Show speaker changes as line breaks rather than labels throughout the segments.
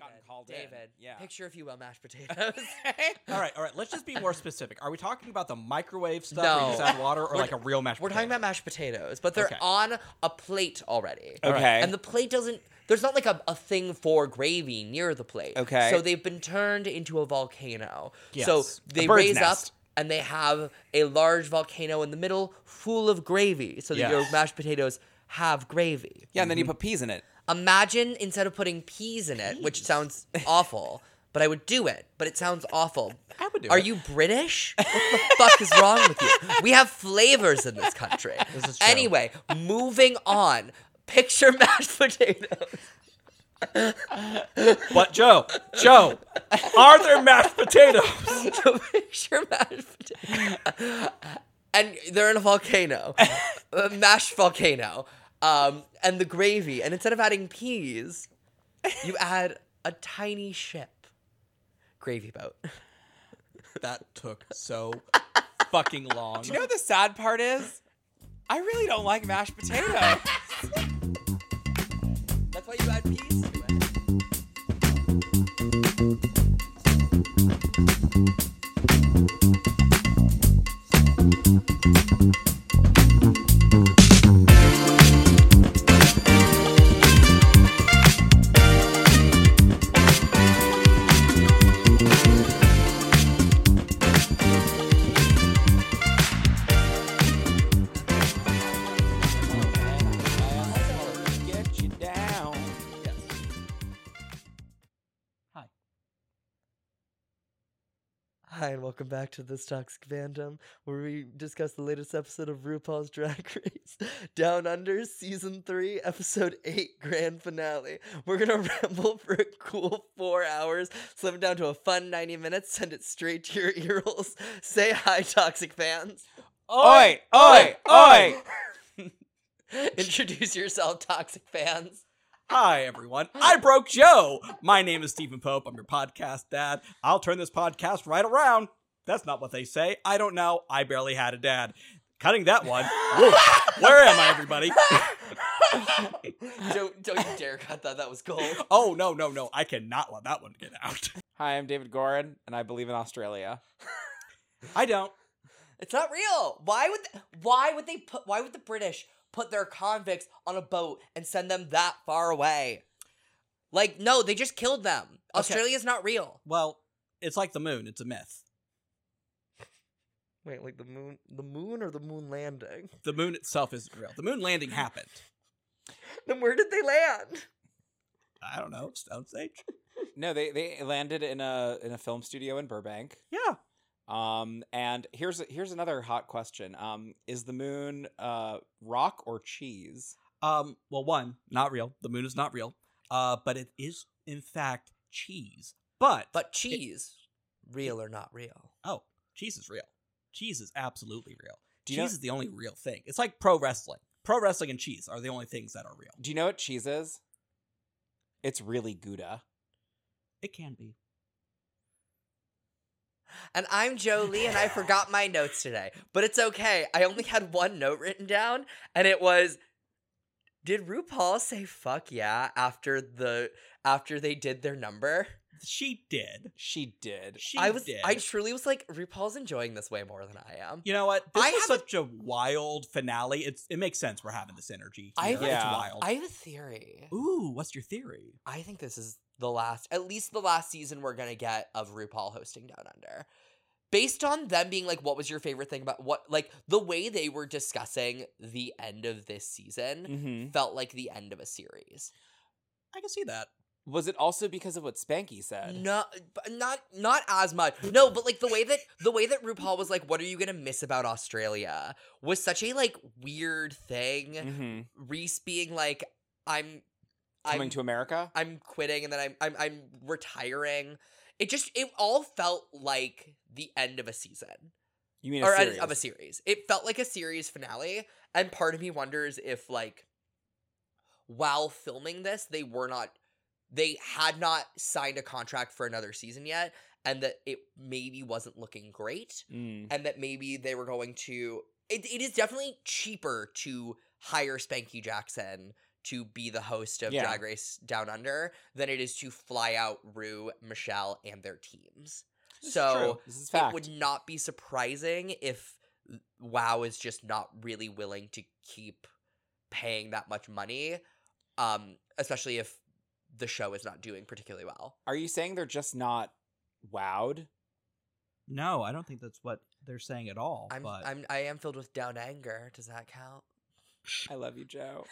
gotten called in.
David,
Yeah.
Picture, if you will, mashed potatoes.
All right, all right. Let's just be more specific. Are we talking about the microwave stuff where
No.
you just add water, or like a real mashed?
We're talking
potato?
about mashed potatoes, but they're
Okay.
on a plate already.
Okay.
And the plate doesn't. There's not like a, a thing for gravy near the plate.
Okay.
So they've been turned into a volcano. So
Yes. A
they
bird's
raise
nest.
up and they have a large volcano in the middle full of gravy so that
Yes.
your mashed potatoes have gravy.
yeah, and then you put peas in it.
Imagine instead of putting peas in it, which sounds awful, but I would do it, but it sounds awful.
I would do
Are
it.
you British? What the fuck is wrong with you? We have flavors in this country. This
is true.
Anyway, moving on. Picture mashed potatoes.
But Joe, Joe, are there mashed potatoes?
Picture mashed potatoes. And they're in a volcano, a mashed volcano, um, and the gravy. And instead of adding peas, you add a tiny ship. Gravy boat.
That took so fucking long.
You know what the sad part is? I really don't like mashed potatoes.
That's why you add peas to it.
Get you down.
Hi, and welcome back to This Toxic Fandom, where we discuss the latest episode of RuPaul's Drag Race Down Under Season 3, Episode 8, Grand Finale. We're going to ramble for a cool four hours, slim it down to a fun 90 minutes, send it straight to your ear holes. Say hi, Toxic fans.
Oi, oi, oi.
Introduce yourself, Toxic fans.
Hi, everyone. I broke Joe. My name is Stephen Pope. I'm your podcast dad. I'll turn this podcast right around. That's not what they say. I don't know. I barely had a dad. Cutting that one. Whoa. Where am I, everybody?
Don't, don't you dare cut that, that was gold.
Oh, no, no, no. I cannot let that one get out.
Hi, I'm David Gorin, and I believe in Australia.
I don't.
It's not real. Why would th- why would they put why would the British put their convicts on a boat and send them that far away? Like no, they just killed them.
Okay.
Australia's not real.
Well, it's like the moon. It's a myth.
Wait, like the moon the moon or the moon landing?
The moon itself isn't real. The moon landing happened.
Then where did they land?
I don't know. Stone Age?
No, they they landed in a in a film studio in Burbank.
Yeah.
Um, and here's here's another hot question. Um, is the moon uh rock or cheese?
Um, well, one, not real. The moon is not real. Uh, but it is, in fact, cheese. But,
But cheese, real or not real?
oh, cheese is real. Cheese is absolutely real.
Do
Cheese
you know-
is the only real thing. It's like pro wrestling. Pro wrestling and cheese are the only things that are real.
Do you know what cheese is? It's really Gouda.
It can be.
And I'm Jolie, and I forgot my notes today, but it's okay. I only had one note written down, and it was, "Did RuPaul say fuck yeah after the after they did their number?"
She did.
She did.
She
I was,
did.
I truly was like, RuPaul's enjoying this way more than I am.
you know what? This
I
was
haven't-
such a wild finale. It's it makes sense we're having this energy.
I
Here.
have-
It's
Yeah.
wild.
I have a theory.
Ooh, what's your theory?
I think this is the last, at least the last season we're gonna get of RuPaul hosting Down Under. Based on them being like, what was your favorite thing about what, like the way they were discussing the end of this season
Mm-hmm.
felt like the end of a series.
I can see that.
Was it also because of what Spanky said?
No, but not not as much. No, but like the way that the way that RuPaul was like, "What are you gonna miss about Australia?" was such a like weird thing.
Mm-hmm.
Reese being like, "I'm,
Coming
I'm,
to America.
I'm quitting," and then I'm, I'm, I'm retiring. It just it all felt like the end of a season
You mean a
or end
series?
of a series. It felt like a series finale, and part of me wonders if like while filming this, they were not they had not signed a contract for another season yet and that it maybe wasn't looking great
Mm.
and that maybe they were going to it, it is definitely cheaper to hire Spanky Jackson to be the host of
Yeah.
Drag Race Down Under than it is to fly out Rue, Michelle, and their teams.
This is
so
true. this is fact.
it would not be surprising if WoW is just not really willing to keep paying that much money, um, especially if the show is not doing particularly well.
Are you saying they're just not wowed?
No, I don't think that's what they're saying at all.
I'm,
but
I'm I am filled with down anger. Does that count?
I love you, Joe.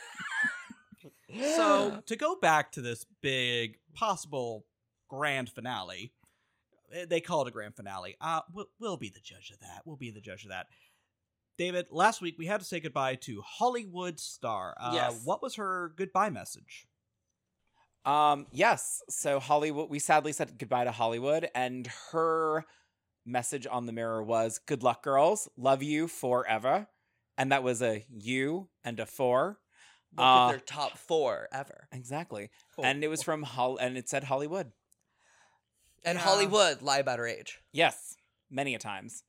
so to go back to this big possible grand finale, eh, they call it a grand finale. Uh, we'll, we'll be the judge of that. We'll be the judge of that. David, last week we had to say goodbye to Hollywood star. Uh,
Yes.
What was her goodbye message?
Um, yes. So Hollywood, we sadly said goodbye to Hollywood, and her message on the mirror was "Good luck, girls. Love you forever." And that was a you and a four.
Look
Uh,
at their top four ever.
Exactly. And it was from Hol, and it said Hollywood.
And
Yeah.
Hollywood lie about her age.
Yes, many a times.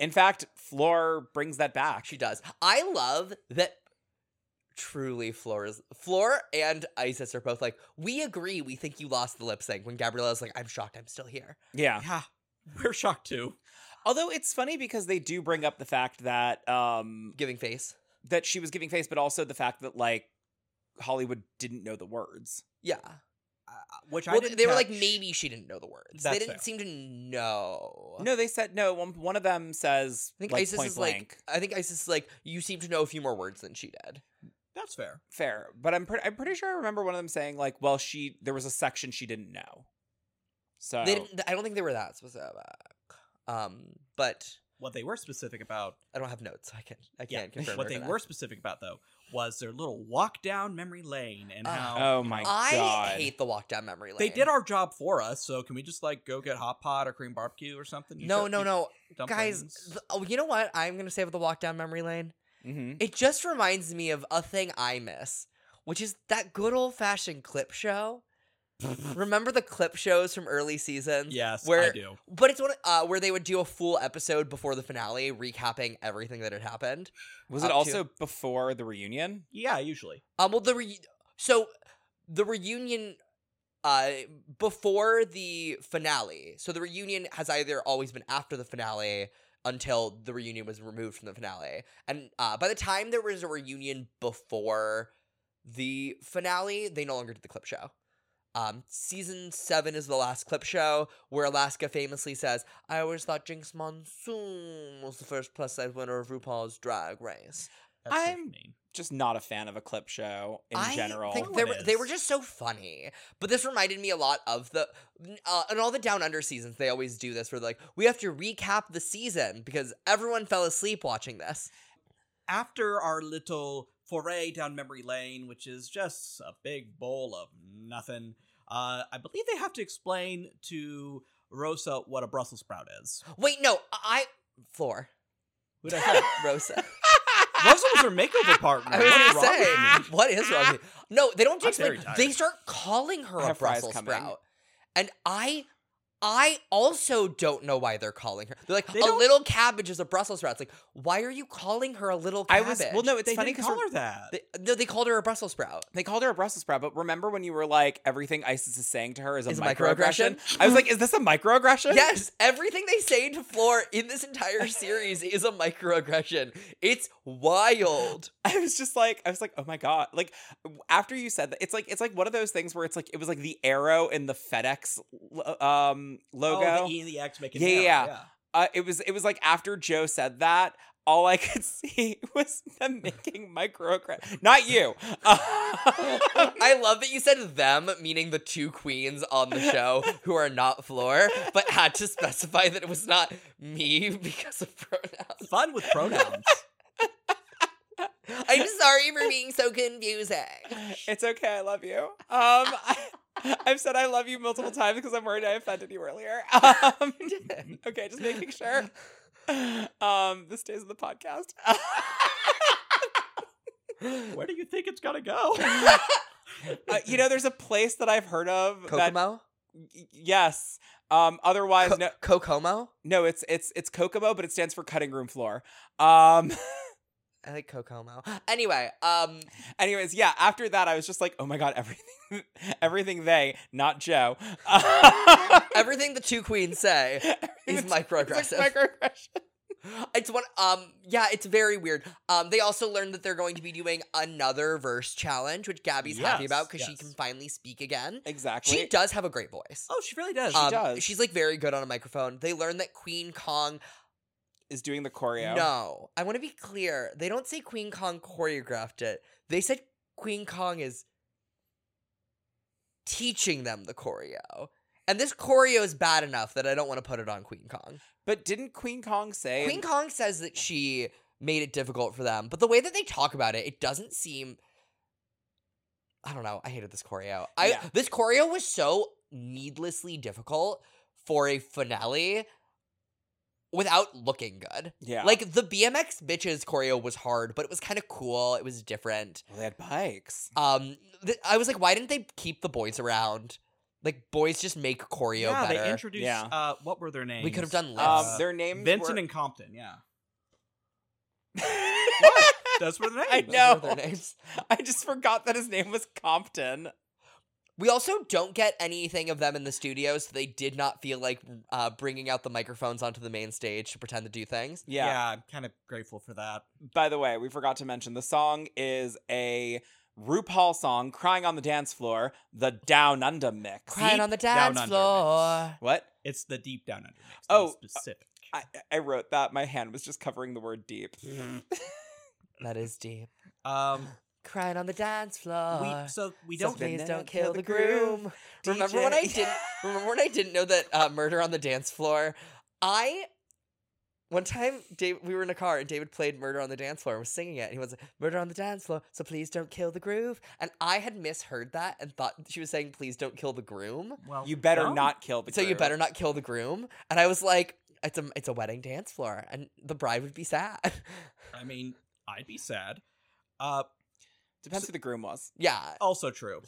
In fact, Floor brings that back.
She does. I love that. Truly, Floor is Floor and Isis are both like we agree. We think you lost the lip sync when Gabriella's like, "I'm shocked. I'm still here."
Yeah.
yeah, we're shocked too.
Although it's funny because they do bring up the fact that um
Giving face.
that she was giving face, but also the fact that like Hollywood didn't know the words.
Yeah.
Uh, which I
Well,
didn't
they were like,
catch.
maybe she didn't know the words.
That's
they didn't
fair.
seem to know.
No, they said no. One one of them says
I think
like
Isis
point
is
blank.
like. I think Isis is like. You seem to know a few more words than she did.
That's fair.
Fair, but I'm pretty. I'm pretty sure I remember one of them saying like, "Well, she there was a section she didn't know."
Oh.
So
They didn't. I don't think they were that specific. Um, but
What they were specific about
I don't have notes. So I can. I
Yeah,
can't confirm.
what
or
they
deny.
were specific about though was their little walk down memory lane and
Ah.
how
oh my
I
god!
hate the walk down memory lane.
they did our job for us. So can we just like go get hot pot or cream barbecue or something? You
No,
show-
no,
you-
no, guys.
dumplings.
th- oh, you know what? I'm gonna say about the walk down memory lane.
hmm
It just reminds me of a thing I miss, which is that good old fashioned clip show. Remember the clip shows from early seasons?
yes, I
where-
do.
But it's one of- uh, where they would do a full episode before the finale, recapping everything that had happened.
Was it
Up to-
also before the reunion?
Yeah, usually.
Um, well, the re- so the reunion, uh, before the finale. So the reunion has either always been after the finale until the reunion was removed from the finale, and uh, by the time there was a reunion before the finale, they no longer did the clip show. Um, season seven is the last clip show where Alaska famously says, "I always thought Jinx Monsoon was the first plus size winner of RuPaul's Drag Race."
That's what I
I'm-
mean.
Just not a fan of a clip show in
I
general.
Think
No
they,
one
were, they were
is.
just so funny. But this reminded me a lot of the uh, in all the Down Under seasons. They always do this where they're like we have to recap the season because everyone fell asleep watching this.
After our little foray down memory lane, which is just a big bowl of nothing, uh, I believe they have to explain to Rosa what a Brussels sprout is.
Wait, no, I floor
Who'd I say?
Rosa.
Rosa was her makeover partner.
I was gonna
What is wrong with me?
say what is wrong? with you? No, they don't
I'm
just
very
like
tired.
they start calling her
I
a
have fries
Brussels
coming.
sprout, and I. I also don't know why they're calling her. They're like,
They
a
don't-
little cabbage is a Brussels sprout. It's like, why are you calling her a little
I
cabbage?
was well. No, it's
They
funny
didn't
because
call her that.
They, no, they called her a Brussels sprout.
They called her a Brussels sprout, but remember when you were like, everything ISIS is saying to her is a,
Is a
microaggression?
microaggression?
I was like, is this a microaggression?
Yes, everything they say to Floor in this entire series is a microaggression. It's wild.
I was just like, I was like, oh my god! Like w- after you said that, it's like it's like one of those things where it's like it was like the arrow in the FedEx lo- um logo.
Oh, the E and the X make an
Yeah,
arrow,
yeah. uh, it was it was like after Joe said that, all I could see was them making microaggression. Not you. Uh,
I love that you said them, meaning the two queens on the show who are not Floor, but had to specify that it was not me because of pronouns.
Fun with pronouns.
I'm sorry for being so confusing.
it's okay. I love you. Um, I, have said I love you multiple times because I'm worried I offended you earlier. Um, okay, just making sure. Um, this stays in the podcast.
Where do you think it's gonna go?
Uh, you know, there's a place that I've heard of that
Kokomo?
y- yes. Um, otherwise,
Co-
no,
Kokomo?
no, it's it's it's Kokomo, but it stands for cutting room floor. Um,
I like Kokomo.
Anyway, um,
Anyways, yeah, after that I was just like, oh my god, everything everything they, not Joe. Everything
everything the two queens say is
that's-
microaggressive.
It's like microaggression.
It's one um yeah, it's very weird. Um they also learned that they're going to be doing another verse challenge, which Gabby's happy
Yes,
about because she
yes.
can finally speak again.
Exactly.
She does have a great voice. Um,
Oh, she really does.
she does.
She's like very good on a microphone. They learned that Queen Kong
is doing the choreo.
No, I want to be clear. They don't say Queen Kong choreographed it. They said Queen Kong is teaching them the choreo. And this choreo is bad enough that I don't want to put it on Queen Kong.
But didn't Queen Kong say
Queen Kong says that she made it difficult for them, but the way that they talk about it, it doesn't seem. I don't know. I hated this choreo. I
Yeah.
this choreo was so needlessly difficult for a finale without looking good.
Yeah.
Like the BMX bitches choreo was hard, but it was kind of cool. It was different.
well, they had bikes.
Um, th- I was like, why didn't they keep the boys around? Like boys just make choreo
yeah,
better.
they introduced.
Yeah.
Uh, what were their names?
we could have done less.
Um
Uh,
their names
Vincent
were-
and Compton. Yeah,
What?
that's where the name.
I
Those were
no.
their names.
I just forgot that his name was Compton.
We also don't get anything of them in the studio, so they did not feel like uh, bringing out the microphones onto the main stage to pretend to do things.
Yeah.
I'm kind of grateful for that.
By the way, we forgot to mention the song is a RuPaul song, Crying on the Dance Floor, the Down Under mix.
Crying on the
down
dance
under
floor.
What?
It's the deep down under. Mix,
Oh,
oh,
uh,
specific.
I, I wrote that. My hand was just covering the word deep.
That is deep.
um,
Crying on the dance floor.
Uh,
we so we
So
don't.
Something-
please
Now
don't kill the groom. Remember when I
DJ.
didn't remember when I didn't know that uh, murder on the dance floor? I one time Dave we were in a car and David played Murder on the Dance Floor and was singing it and he was like, Murder on the Dance Floor, so please don't kill the groove. And I had misheard that and thought she was saying please don't kill the groom.
Well,
You better
no.
not kill the
So you
groom.
better not kill the groom. And I was like, it's a it's a wedding dance floor and the bride would be sad.
I mean, I'd be sad. Uh,
Depends who the groom was.
yeah.
also true.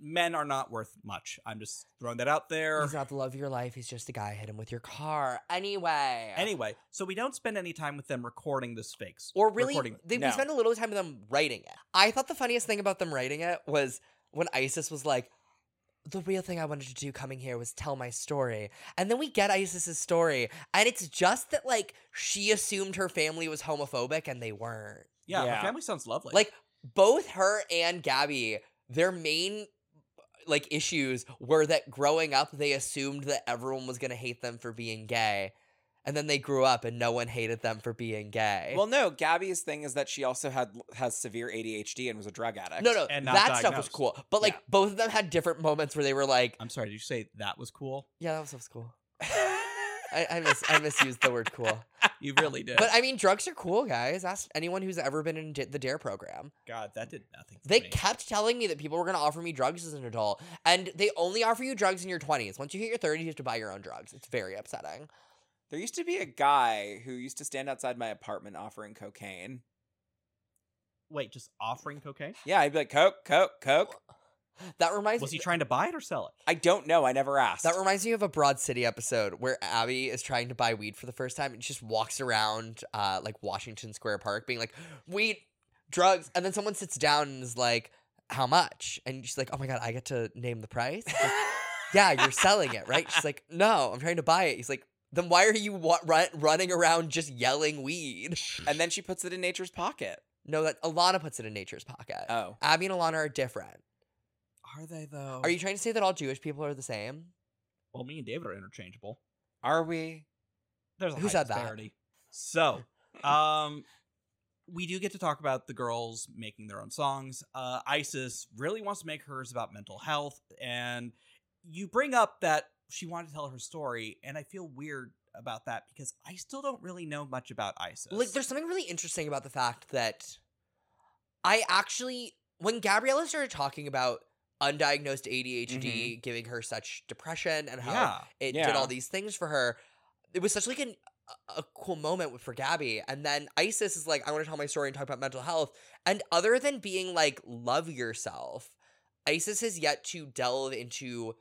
Men are not worth much. I'm just throwing that out there.
He's not the love of your life. He's just the guy hit him with your car. Anyway.
Anyway, so we don't spend any time with them recording this fakes
or really
recording.
they
No.
we spend a little time with them writing it i thought the funniest thing about them writing it was when isis was like the real thing i wanted to do coming here was tell my story and then we get isis's story and it's just that like she assumed her family was homophobic and they weren't
Yeah,
Yeah.
her family sounds lovely.
like both her and gabby their main like issues were that growing up they assumed that everyone was going to hate them for being gay and then they grew up and no one hated them for being gay
Well, no. Gabby's thing is that she also had has severe ADHD and was a drug addict.
No, no,
and not
that stuff was
diagnosed. Uh.
cool. But like
Yeah.
both of them had different moments where they were like,
I'm sorry, did you say that was cool?
"Yeah, that stuff was cool." I, I miss I misused the word cool.
You really did.
But I mean, drugs are cool, guys. Ask anyone who's ever been in D- the Dare program.
God, that did nothing. For
They
me.
kept telling me that people were going to offer me drugs as an adult, and they only offer you drugs in your twenties. Once you hit your thirties, you have to buy your own drugs. It's very upsetting.
There used to be a guy who used to stand outside my apartment offering cocaine.
Wait, just offering cocaine?
Yeah, I'd be like, Coke, Coke, Coke.
That reminds
Was
me.
he trying to buy it or sell it?
I don't know. I never asked.
that reminds me of a Broad City episode where Abby is trying to buy weed for the first time and just walks around uh, like Washington Square Park being like, weed, drugs. And then someone sits down and is like, how much? And she's like, oh my God, I get to name the price? Like, yeah, you're selling it, right? She's like, no, I'm trying to buy it. He's like, then why are you wa- run- running around just yelling weed?
and then she puts it in nature's pocket.
No, that Alana puts it in nature's pocket.
Oh.
Abby and Alana are different.
Are they though?
Are you trying to say that all Jewish people are the same?
Well, me and David are interchangeable.
Are we?
There's a
Who
high
said that?
disparity. So, um, we do get to talk about the girls making their own songs. Uh, Isis really wants to make hers about mental health, and you bring up that she wanted to tell her story, and I feel weird about that because I still don't really know much about Isis.
Like, there's something really interesting about the fact that I actually, when Gabriella started talking about undiagnosed ADHD giving her such depression and how
yeah,
it
Yeah.
did all these things for her, it was such like an, a- a cool moment for Gabby. And then Isis is like, I want to tell my story and talk about mental health. And other than being like, love yourself, Isis has yet to delve into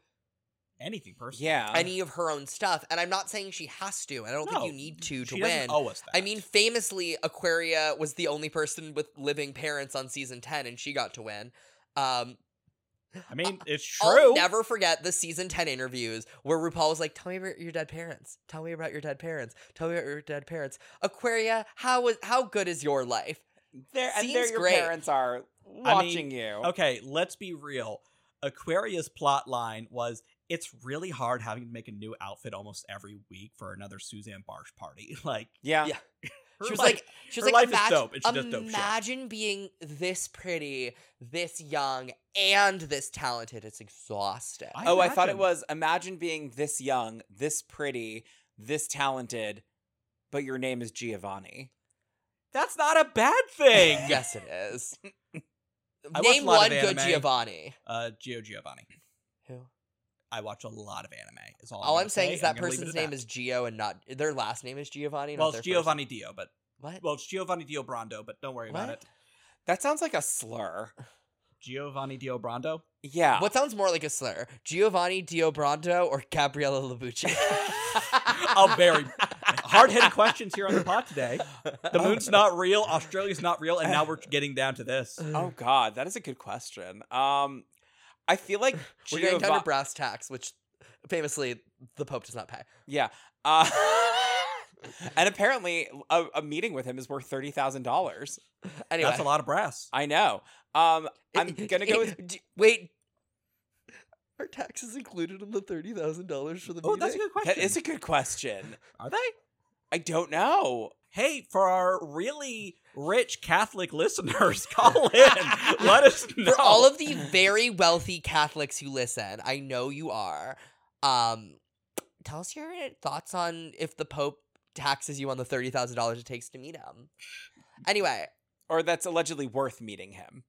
anything personal.
Yeah.
any of her own stuff. And I'm not saying she has to. And I don't
No,
think you need to to
she
win.
doesn't owe us that.
I mean, famously, Aquaria was the only person with living parents on season 10, and she got to win. Um,
I mean, it's
uh, I'll
true.
never forget the season 10 interviews where RuPaul was like, Tell me about your dead parents. Tell me about your dead parents. Tell me about your dead parents. Aquaria, how was how good is your life?
there and there
seems
your
great.
parents are watching you.
Oh.
Okay, let's be real. Aquaria's plot line was it's really hard having to make a new outfit almost every week for another Suzanne Barsh party. Like
Yeah.
Yeah.
her
She was
life-
like, she
her
was like,
life is
imagine,
dope, and she does dope shit."
imagine being this pretty, this young, and this talented. It's exhausting.
Oh, I thought it
imagine.
was imagine being this young, this pretty, this talented, but your name is Giovanni.
that's not a bad thing.
yes, it is.
watch
Name
a lot
one
of
good
anime.
Giovanni.
Uh, Gio Giovanni.
Who?
I watch a lot of anime. Is all.
All
I'm,
I'm saying is that person's
person's
name is Gio and not their last name is Giovanni.
well,
not their first
it's
name.
Giovanni Dio, but
What?
well, it's Giovanni Dio Brando, but don't worry about
What?
it.
That sounds like a slur.
Giovanni Dio Brando.
Yeah.
What sounds more like a slur, Giovanni Diobrando or Gabriella Labucci?
A very hard-hitting questions here on the pot today. The
Oh,
moon's not real. Australia's not real, and now we're getting down to this.
Oh God, that is a good question. Um, I feel like
We're getting down to
Giova-
brass tacks, which famously the Pope does not pay.
yeah. Uh, and apparently, a, a meeting with him is worth thirty thousand dollars.
Anyway,
That's a lot of brass.
I know. Um, I'm gonna go with
D- Wait,
Are taxes included in the thirty thousand dollars for the
Oh,
meeting?
that's a good question.
that. Is a good question.
Are they?
I don't know.
Hey, for our really rich Catholic listeners, call in. Let us know.
for all of the very wealthy Catholics who listen, I know you are. Um, tell us your thoughts on if the Pope taxes you on the thirty thousand dollars it takes to meet him. Anyway,
Or that's allegedly worth meeting him.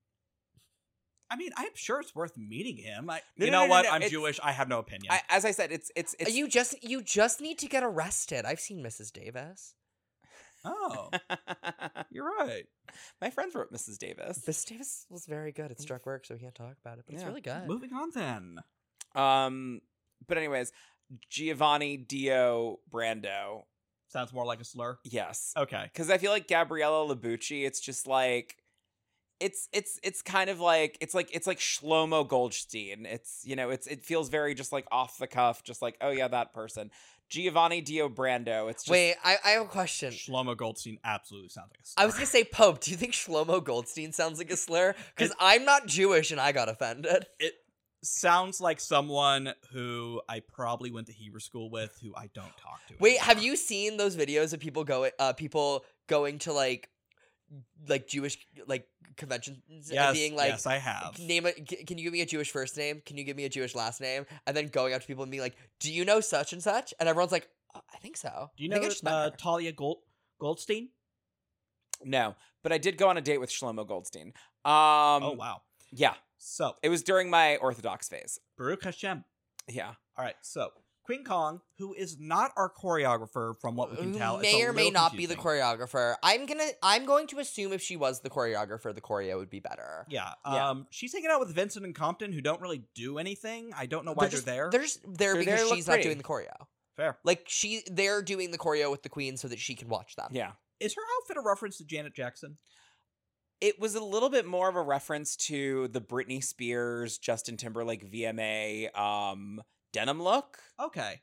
I mean, I'm sure it's worth meeting him. I,
No,
you
no,
know
no, no,
what?
no,
I'm
it's-
Jewish. I have no opinion.
I, as I said, it's it's it's
you just you just need to get arrested. I've seen Mrs. Davis.
oh, you're right.
My friends wrote Mrs. Davis.
Mrs. Davis was very good. It struck work, so we can't talk about it, but it's
Mm. Yeah.
really good.
Moving on then.
Um, but anyways, Giovanni Dio Brando.
Sounds more like a slur.
Yes,
Okay.
because I feel like Gabriella Labucci. It's just like, it's it's it's kind of like it's like it's like Shlomo Goldstein. It's you know it's it feels very just like off the cuff, just like oh yeah that person. Giovanni Dio Brando. It's just,
Wait, I, I have a question.
Shlomo Goldstein absolutely sounds like a slur.
I was gonna say Pope. Do you think Shlomo Goldstein sounds like a slur? Because I'm not Jewish and I got offended.
it sounds like someone who I probably went to Hebrew school with, who I don't talk to.
Wait, have
anymore.
you seen those videos of people go uh people going to like like Jewish like conventions
Yes,
and being like
yes, I have.
name a, c- can you give me a Jewish first name? Can you give me a Jewish last name? And then going up to people and being like, "Do you know such and such?" And everyone's like, "Uh, "I think so."
Do
I
you know
think I just met
uh,
her."
Talia Gold Goldstein?
no, but I did go on a date with Shlomo Goldstein. Um,
oh wow.
yeah,
So
it was during my Orthodox phase.
Baruch Hashem.
Yeah,
All right, so Queen Kong, who is not our choreographer from what we can
Who
tell, it's a
may or may
little
not be the
confusing.
choreographer. I'm gonna I'm going to assume if she was the choreographer, the choreo would be better.
Yeah,
Yeah.
um, she's hanging out with Vincent and Compton, who don't really do anything. I don't know why
They're
they're,
just-
there.
They're just there
They're
because
there to look
she's not
pretty.
doing the choreo.
Fair.
Like she they're doing the choreo with the queen so that she can watch them.
yeah.
Is her outfit a reference to Janet Jackson?
it was a little bit more of a reference to the Britney Spears, Justin Timberlake VMA um, denim look,
Okay,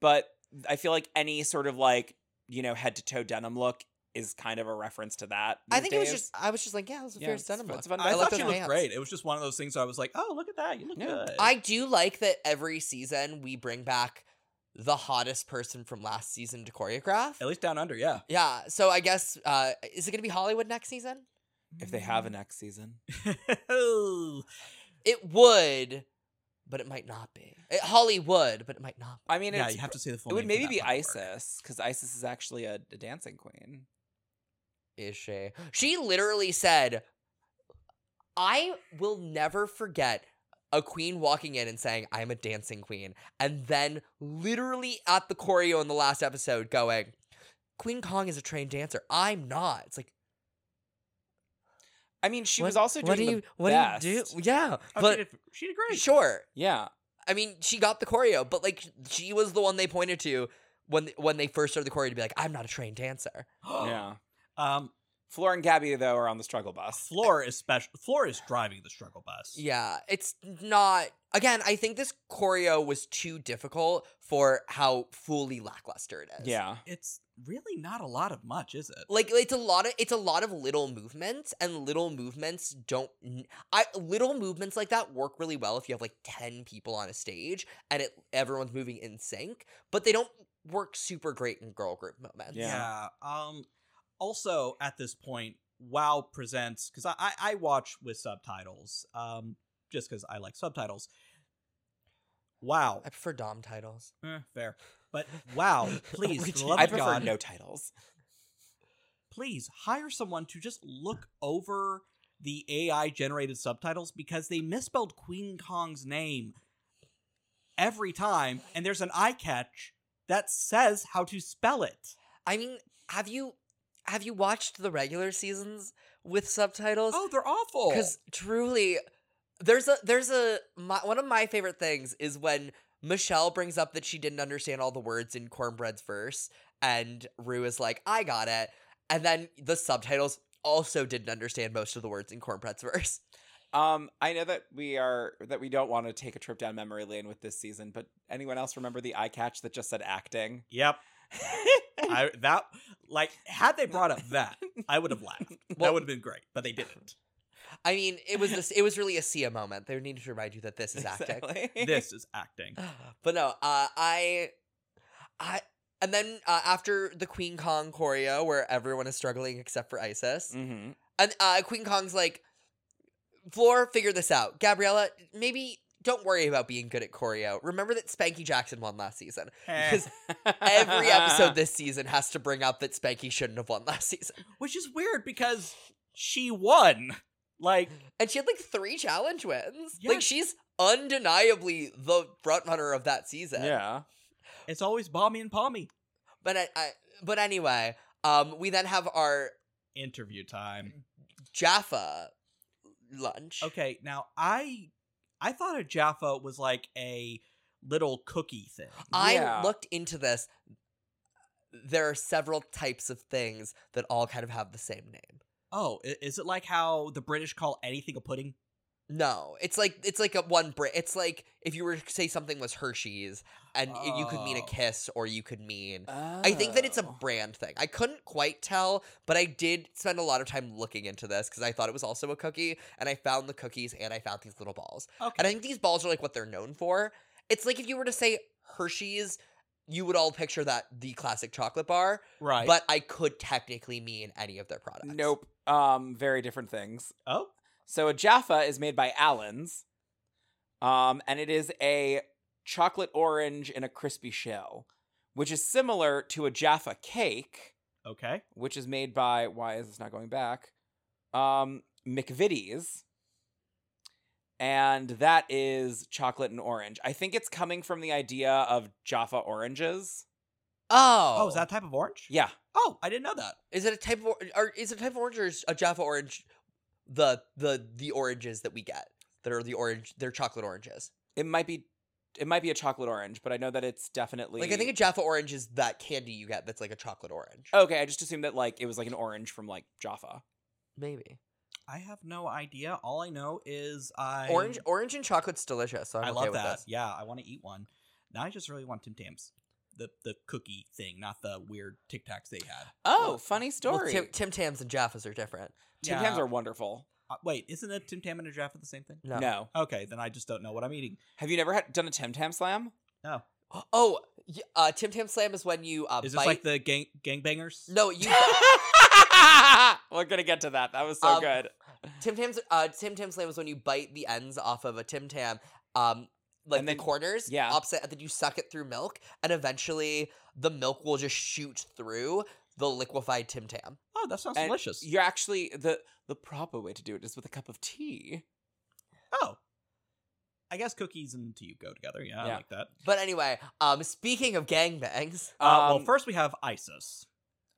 but I feel like any sort of like you know head to toe denim look is kind of a reference to that.
I
these
think it was
days.
just I was just like, yeah, it was a
Yeah,
fierce
it's-
denim look.
it's fun-
I,
I
thought
like
those
she looked
pants.
great. It was just one of those things where I was like, "Oh, look at that! You look
Yeah.
good."
I do like that every season we bring back the hottest person from last season to choreograph.
At least down under, yeah.
Yeah, so I guess uh, is it gonna be Hollywood next season?
if they
Mm.
have a next season.
It would, but it might not be. It, Hollywood, but it might not.
I mean,
yeah,
it's-
you have to say the full.
it would
name for
maybe
that
be
kind of work.
Isis because Isis is actually a, a dancing queen.
Be, is she? She literally said, "I will never forget." A queen walking in and saying, I'm a dancing queen. And then, literally at the choreo in the last episode, going, Queen Kong is a trained dancer. I'm not. It's like,
I mean, she
What-
was also doing
what do
the
you what do you do?
best.
Yeah,
Oh, she,
but
did, she did great.
sure.
Yeah,
I mean, she got the choreo, but like she was the one they pointed to when when they first started the choreo to be like, I'm not a trained dancer.
yeah.
Um,
Fleur and Gabby though are on the struggle bus.
Floor is special. Floor is driving the struggle bus.
Yeah, it's not. Again, I think this choreo was too difficult for how fully lackluster it is.
Yeah.
It's really not a lot of much, is it?
like it's a lot of it's a lot of little movements and little movements don't n- i little movements like that work really well if you have like 10 people on a stage and it everyone's moving in sync but they don't work super great in girl group moments
Yeah.
Yeah, Um. Also, at this point, WoW presents because I, I I watch with subtitles. Um. Just because I like subtitles. Wow.
i prefer dom titles
Eh, fair. But wow, please, for the
Oh
love
I
of
prefer
God,
no titles.
please hire someone to just look over the AI generated subtitles because they misspelled Queen Kong's name every time, and there's an eye catch that says how to spell it.
i mean have you have you watched the regular seasons with subtitles
Oh, they're awful.
because truly there's a there's a my, one of my favorite things is when michelle brings up that she didn't understand all the words in cornbread's verse and rue is like i got it and then the subtitles also didn't understand most of the words in cornbread's verse
Um, I know that we are that we don't want to take a trip down memory lane with this season, but anyone else remember the eye catch that just said acting?
Yep. I that like had they brought up that, I would have laughed. that
Well-
would have been great, but they didn't.
i mean it was this it was really a sia moment they needed to remind you that this is acting
Exactly.
This is acting.
but no, uh, I, I, and then uh, after the Queen Kong choreo, where everyone is struggling except for Isis,
Mhm.
and uh, Queen Kong's like, Floor, figure this out. Gabriella, maybe don't worry about being good at choreo. Remember that Spanky Jackson won last season.
Eh.
Because every episode this season has to bring up that Spanky shouldn't have won last season.
Which is weird because she won. Like
And she had like three challenge wins. Like
Yes.
she's undeniably the frontrunner of that season.
Yeah.
it's always Bommy and Pommy.
But I, I but anyway, um, we then have our
Interview time.
Jaffa lunch.
Okay, now I I thought a Jaffa was like a little cookie thing.
I
Yeah.
looked into this. There are several types of things that all kind of have the same name.
Oh, i- is it like how the British call anything a pudding?
No, it's like it's like a one Brit. It's like if you were to say something was Hershey's, and it- you could mean a
Oh.
kiss, or you could mean. I think that it's a
Oh.
brand thing. I couldn't quite tell, but I did spend a lot of time looking into this because I thought it was also a cookie, and I found the cookies and I found these little balls.
Okay.
And I think these balls are like what they're known for. It's like if you were to say Hershey's, you would all picture that the classic chocolate bar,
right.
but I could technically mean any of their products.
Nope. Um, very different things.
oh,
So a Jaffa is made by Allen's, um, and it is a chocolate orange in a crispy shell, which is similar to a Jaffa cake,
okay.
which is made by why is this not going back? Um, McVitie's, and that is chocolate and orange. I think it's coming from the idea of Jaffa oranges.
Oh,
Oh, is that a type of orange?
Yeah,
Oh, I didn't know that.
is it a type of or, or is it a type of orange or is a Jaffa orange? The the the oranges that we get that are the orange, they're chocolate oranges.
it might be. It might be a chocolate orange, but I know that it's definitely
Like I think a Jaffa orange is that candy you get that's like a chocolate orange.
Oh,
Okay, I just assumed that like it was like an orange from like Jaffa.
Maybe
I have no idea. All I know is I
orange orange and chocolate's delicious. So I'm
I
okay
love
with
that.
this.
Yeah, I want to eat one. Now I just really want Tim Tams. The the cookie thing, not the weird Tic Tacs they had.
Oh,
Well,
funny
Well,
story.
Tim, Tim Tams and Jaffas are different.
Tim
Yeah.
Tams are wonderful.
Uh, wait, isn't a Tim Tam and a Jaffa the same thing?
No.
No.
Okay, then I just don't know what I'm eating.
Have you never had, done a Tim Tam slam?
Oh, y- uh, Tim Tam Slam is when you uh,
Is this
bite.
like the gang gangbangers?
no, you
We're going to get to that. That was so
Um,
good.
Tim Tams. Uh, Tim Tam Slam is when you bite the ends off of a Tim Tam, um, like
And
the
then-
corners,
yeah.
opposite, and then you suck it through milk, and eventually the milk will just shoot through the liquefied Tim Tam.
Oh, that sounds
And
delicious.
You're actually the the proper way to do it is with a cup of tea.
Oh. I guess cookies and tea go together. Yeah, I
Yeah.
like that.
But anyway, um, speaking of gangbangs,
Uh, well,
Um,
first we have ISIS.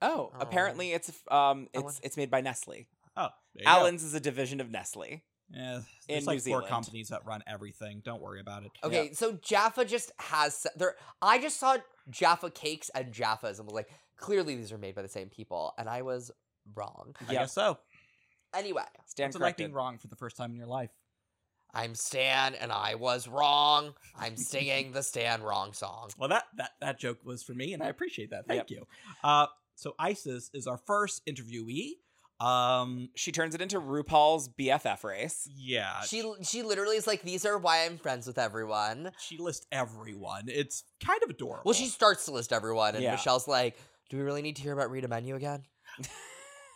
Oh,
Oh.
apparently it's um
I
it's
wonder-
it's made by Nestle.
Oh, there you go.
Allen's is a division of Nestle.
Yeah, there's
In
like
New
four
Zealand.
companies that run everything. Don't worry about it.
Okay, so Jaffa just has s- there. I just saw Jaffa cakes and Jaffas and was like, clearly these are made by the same people, and I was wrong.
I
Yeah.
guess so.
Anyway,
Stand
It's like being
corrected.
wrong for the first time in your life.
I'm Stan, and I was wrong. I'm singing the Stan wrong song.
Well, that that that joke was for me, and I appreciate that.
Yep.
Thank you. Uh, so Isis is our first interviewee. Um,
She turns it into RuPaul's BFF race.
yeah,
She she literally is like, these are why I'm friends with everyone.
she lists everyone. It's kind of adorable.
Well, she starts to list everyone, and
Oh. Yeah.
Michelle's like, do we really need to hear about Rita Menu again?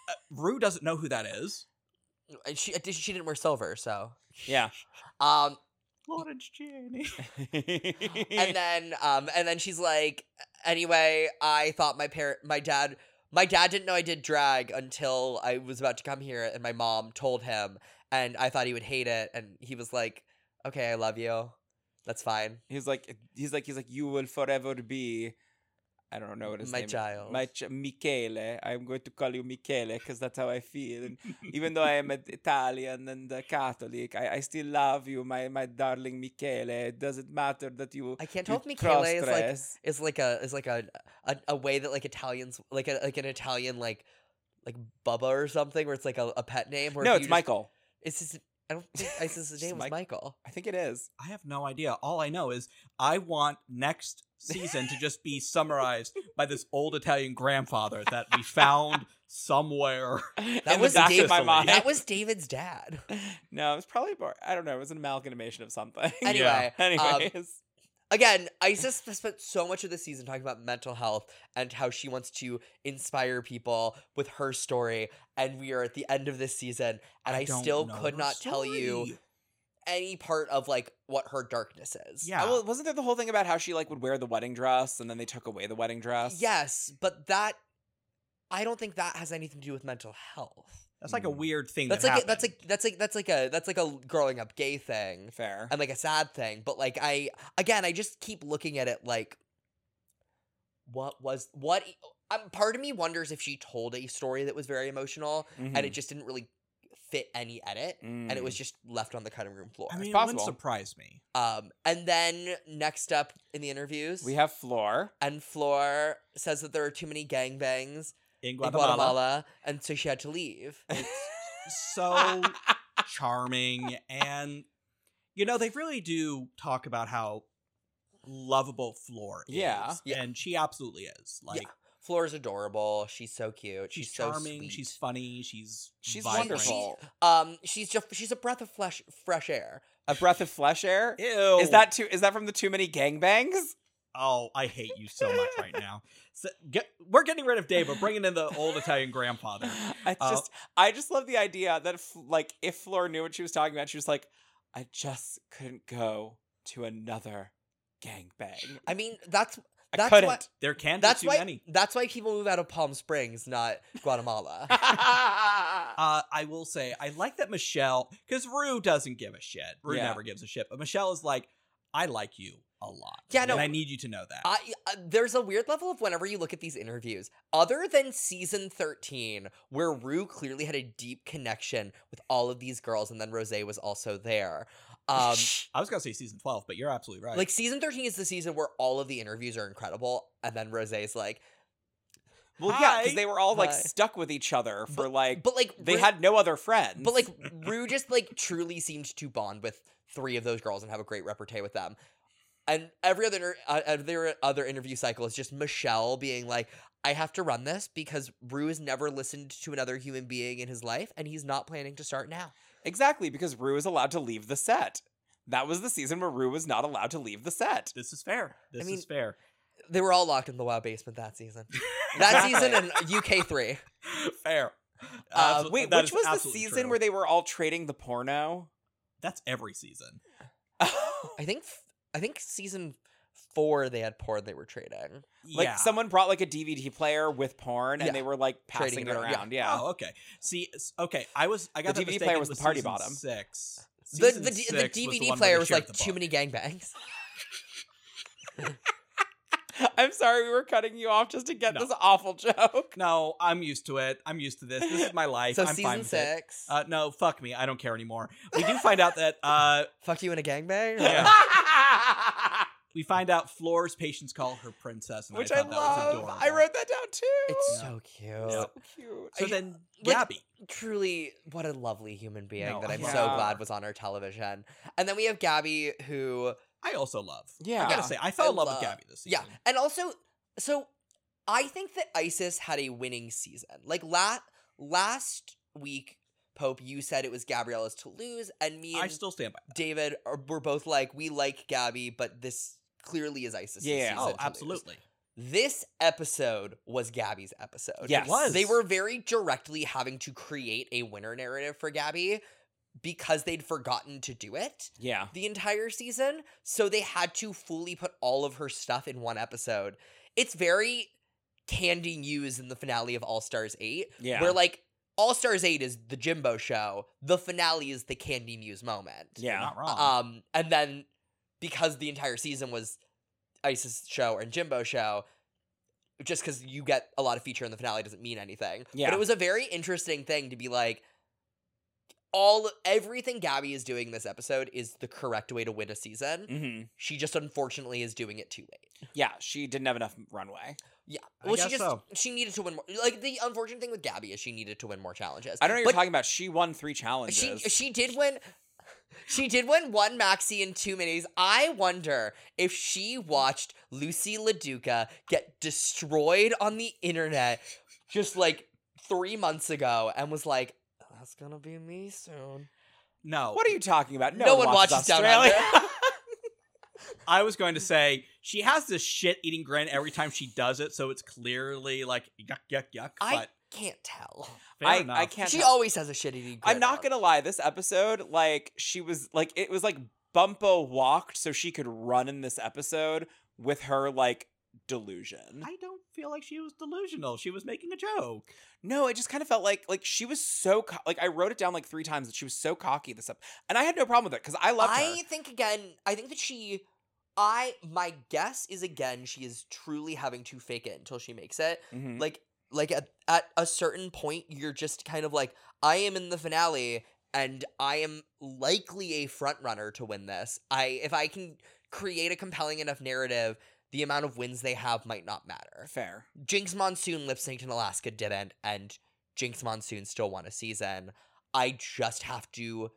uh, Rue doesn't know who that is.
And she she didn't wear silver, so
Yeah.
um.
Lawrence Cheney.
Eh.
and then um and then she's like anyway i thought my parent my dad my dad didn't know i did drag until i was about to come here and my mom told him and i thought he would hate it and he was like okay i love you that's fine
he's like he's like he's like you will forever be I don't know what his
My
name is.
child.
My ch- Michele. I'm going to call you Michele because that's how I feel. And even though I am an Italian and a Catholic, I, I still love you, my my darling Michele. It doesn't matter that you.
i can't
you
tell if michele is like
cross-dress.
is like a is like a, a a way that like italians like a like an italian like like bubba or something where it's like a, a pet name or
No, it's Michael.
it's just i don't think Isis's
It's
name was
Mike-
michael
I think it is.
I have no idea. All I know is I want next season to just be summarized by this old Italian grandfather that we found somewhere.
That
In the
was
back of my
David's
mind.
that was david's dad
No, it was probably more, I don't know. It was an amalgamation of something.
Anyway, um,
anyways,
again, Isis has spent so much of this season talking about mental health and how she wants to inspire people with her story. And we are at the end of this season, and I,
don't
still
know
could
her
not tell you
story.
any part of like what her darkness is.
Yeah.
Uh, well, wasn't there the whole thing about how she like would wear the wedding dress and then they took away the wedding dress?
Yes, but that I don't think that has anything to do with mental health.
that's like a
Mm.
weird thing.
Hmm. That's
that
like a, that's
happened.
like that's like that's like a that's like a growing up gay thing.
fair.
and like a sad thing but like i again i just keep looking at it like what was what um, part of me wonders if she told a story that was very emotional
Mm-hmm.
and
Hmm.
it just didn't really fit any edit
Mm.
and it was just left on the cutting room floor
I mean, it wouldn't
possible.
surprise me.
um and then next up in the interviews
we have Floor.
and Floor says that there are too many gangbangs
In
in
Guatemala,
Guatemala, and so she had to leave.
so charming, and you know they really do talk about how lovable Floor is.
Yeah.
Yeah.
and she absolutely is. Like
Floor is adorable. She's so cute.
she's,
She's, so
charming.
sweet.
she's funny. She's
She's
vibrant.
wonderful.
Um, she's just she's a breath of flesh, fresh air.
A breath of flesh air.
Ew.
Is that too? Is that from the too many gangbangs?
Oh, I hate you so much right now. So, get, we're getting rid of Dave, but bringing in the old Italian grandfather.
I
Uh,
just, I just love the idea that, if, like, if Floor knew what she was talking about, she was like, "I just couldn't go to another gangbang.
I mean, that's
I
That's
couldn't."
what-
There can be
that's
too
why
many.
that's why people move out of Palm Springs, not Guatemala.
Uh, I will say, I like that Michelle, because Rue doesn't give a shit. Rue
Yeah.
never gives a shit. But Michelle is like, I like you a lot.
Yeah, no.
And I need you to know that.
I, uh, there's a weird level of whenever you look at these interviews, other than season 13, where Rue clearly had a deep connection with all of these girls, and then Rose was also there. Um,
I was going to say season 12, but you're absolutely right.
like, season 13 is the season where all of the interviews are incredible, and then Rose is like,
well, yeah,
Hi.
because they were all like
Hi.
stuck with each other for like
but like,
they
Rue-
had no other friends.
But like Rue just like truly seemed to bond with three of those girls and have a great repartee with them. And every other inter- uh, every other interview cycle is just Michelle being like, "I have to run this because Rue has never listened to another human being in his life, and he's not planning to start now."
Exactly, because Rue is allowed to leave the set. That was the season where Rue was not allowed to leave the set.
this is fair. This
mean-
is fair.
They were all locked in the WoW basement that season. That season and UK three.
fair.
Uh,
Absol-
Wait,
that
which
is
was the
absolutely
season
true.
where they were all trading the porno?
That's every season.
I think f- I think season four they had porn they were trading.
like
yeah.
someone brought like a DVD player with porn and
Yeah.
they were like
Trading
passing
it
it
around, yeah.
around. Yeah.
Oh, okay. See, s- okay. I was. I got
The
that
DVD
mistaken
player was the
with
party
season
bottom.
Six.
The
Season
the,
six
d- the DVD
one where
player
they
was
shared
like
the
too
book.
many gangbangs.
I'm sorry we were cutting you off just to get
Oh. No.
this awful joke.
No, I'm used to it. I'm used to this. This is my life.
So
I'm fine
season
with it.
six.
Uh, no, fuck me. I don't care anymore. We do find out that uh,
fuck you in a gangbang. or-
Yeah. we find out Floor's patients call her princess, and
Which
I,
I,
thought that was
love.
adorable.
I wrote that down too.
It's
Yeah.
so cute.
Yep.
cute.
So
I-
then,
like-
Gabby.
truly what a lovely human being
No,
that I'm
yeah.
so glad was on our television. And then we have Gabby who
I also love.
yeah.
I gotta say, I fell
I
in love,
love-
with Gabby this
yeah,
season.
and also so I think that Isis had a winning season. Like la- last week Pope you said it was Gabriella's to lose and me
I
and
still stand by. That.
David are, were both like we like Gabby but this clearly is Isis.
Yeah.
season
Oh,
to lose.
absolutely.
This episode was Gabby's episode.
Yes.
It was.
They were very directly having to create a winner narrative for Gabby because they'd forgotten to do it
Yeah.
the entire season. So they had to fully put all of her stuff in one episode. It's very Candy News in the finale of All Stars 8,
Yeah.
where like All Stars 8 is the Jimbo show, the finale is the Candy Muse moment.
You're
yeah.
not wrong.
Um, and then because the entire season was Isis show and Jimbo show, just because you get a lot of feature in the finale doesn't mean anything.
Yeah.
But it was a very interesting thing to be like, all everything Gabby is doing this episode is the correct way to win a season.
Mm.
hmm
She just unfortunately is doing it too late.
Yeah. She didn't have enough runway.
Yeah.
I
Well, she
guess
just
so.
she needed to win more. Like the unfortunate thing with Gabby is she needed to win more challenges.
I don't know what you're
But
talking about. She won three challenges.
She she did win. She did win one maxi and two minis. I wonder if she watched Lucy LaDuca get destroyed on the internet just like three months ago and was like,
That's gonna be me soon.
no,
what are you talking about? No,
no
one,
one watches Down
Australia.
Under.
I was going to say she has this shit-eating grin every time she does it, so it's clearly like yuck, yuck, yuck.
I
but
can't tell.
fair
I,
enough.
I can't.
she
tell.
always has a shitty.
I'm not gonna lie. This episode, like, she was like, it was like Bumpo walked so she could run in this episode with her like delusion.
I don't feel like she was delusional. She was making a joke.
no, it just kind of felt like like she was so co- like I wrote it down like three times that she was so cocky this up, and I had no problem with it because I loved
I
her.
think again. I think that she. I my guess is again she is truly having to fake it until she makes it.
Mhm.
like like at, at a certain point you're just kind of like i am in the finale and i am likely a front runner to win this i if i can create a compelling enough narrative the amount of wins they have might not matter
Fair.
jinx monsoon lip synced in alaska didn't and jinx monsoon still won a season i just have to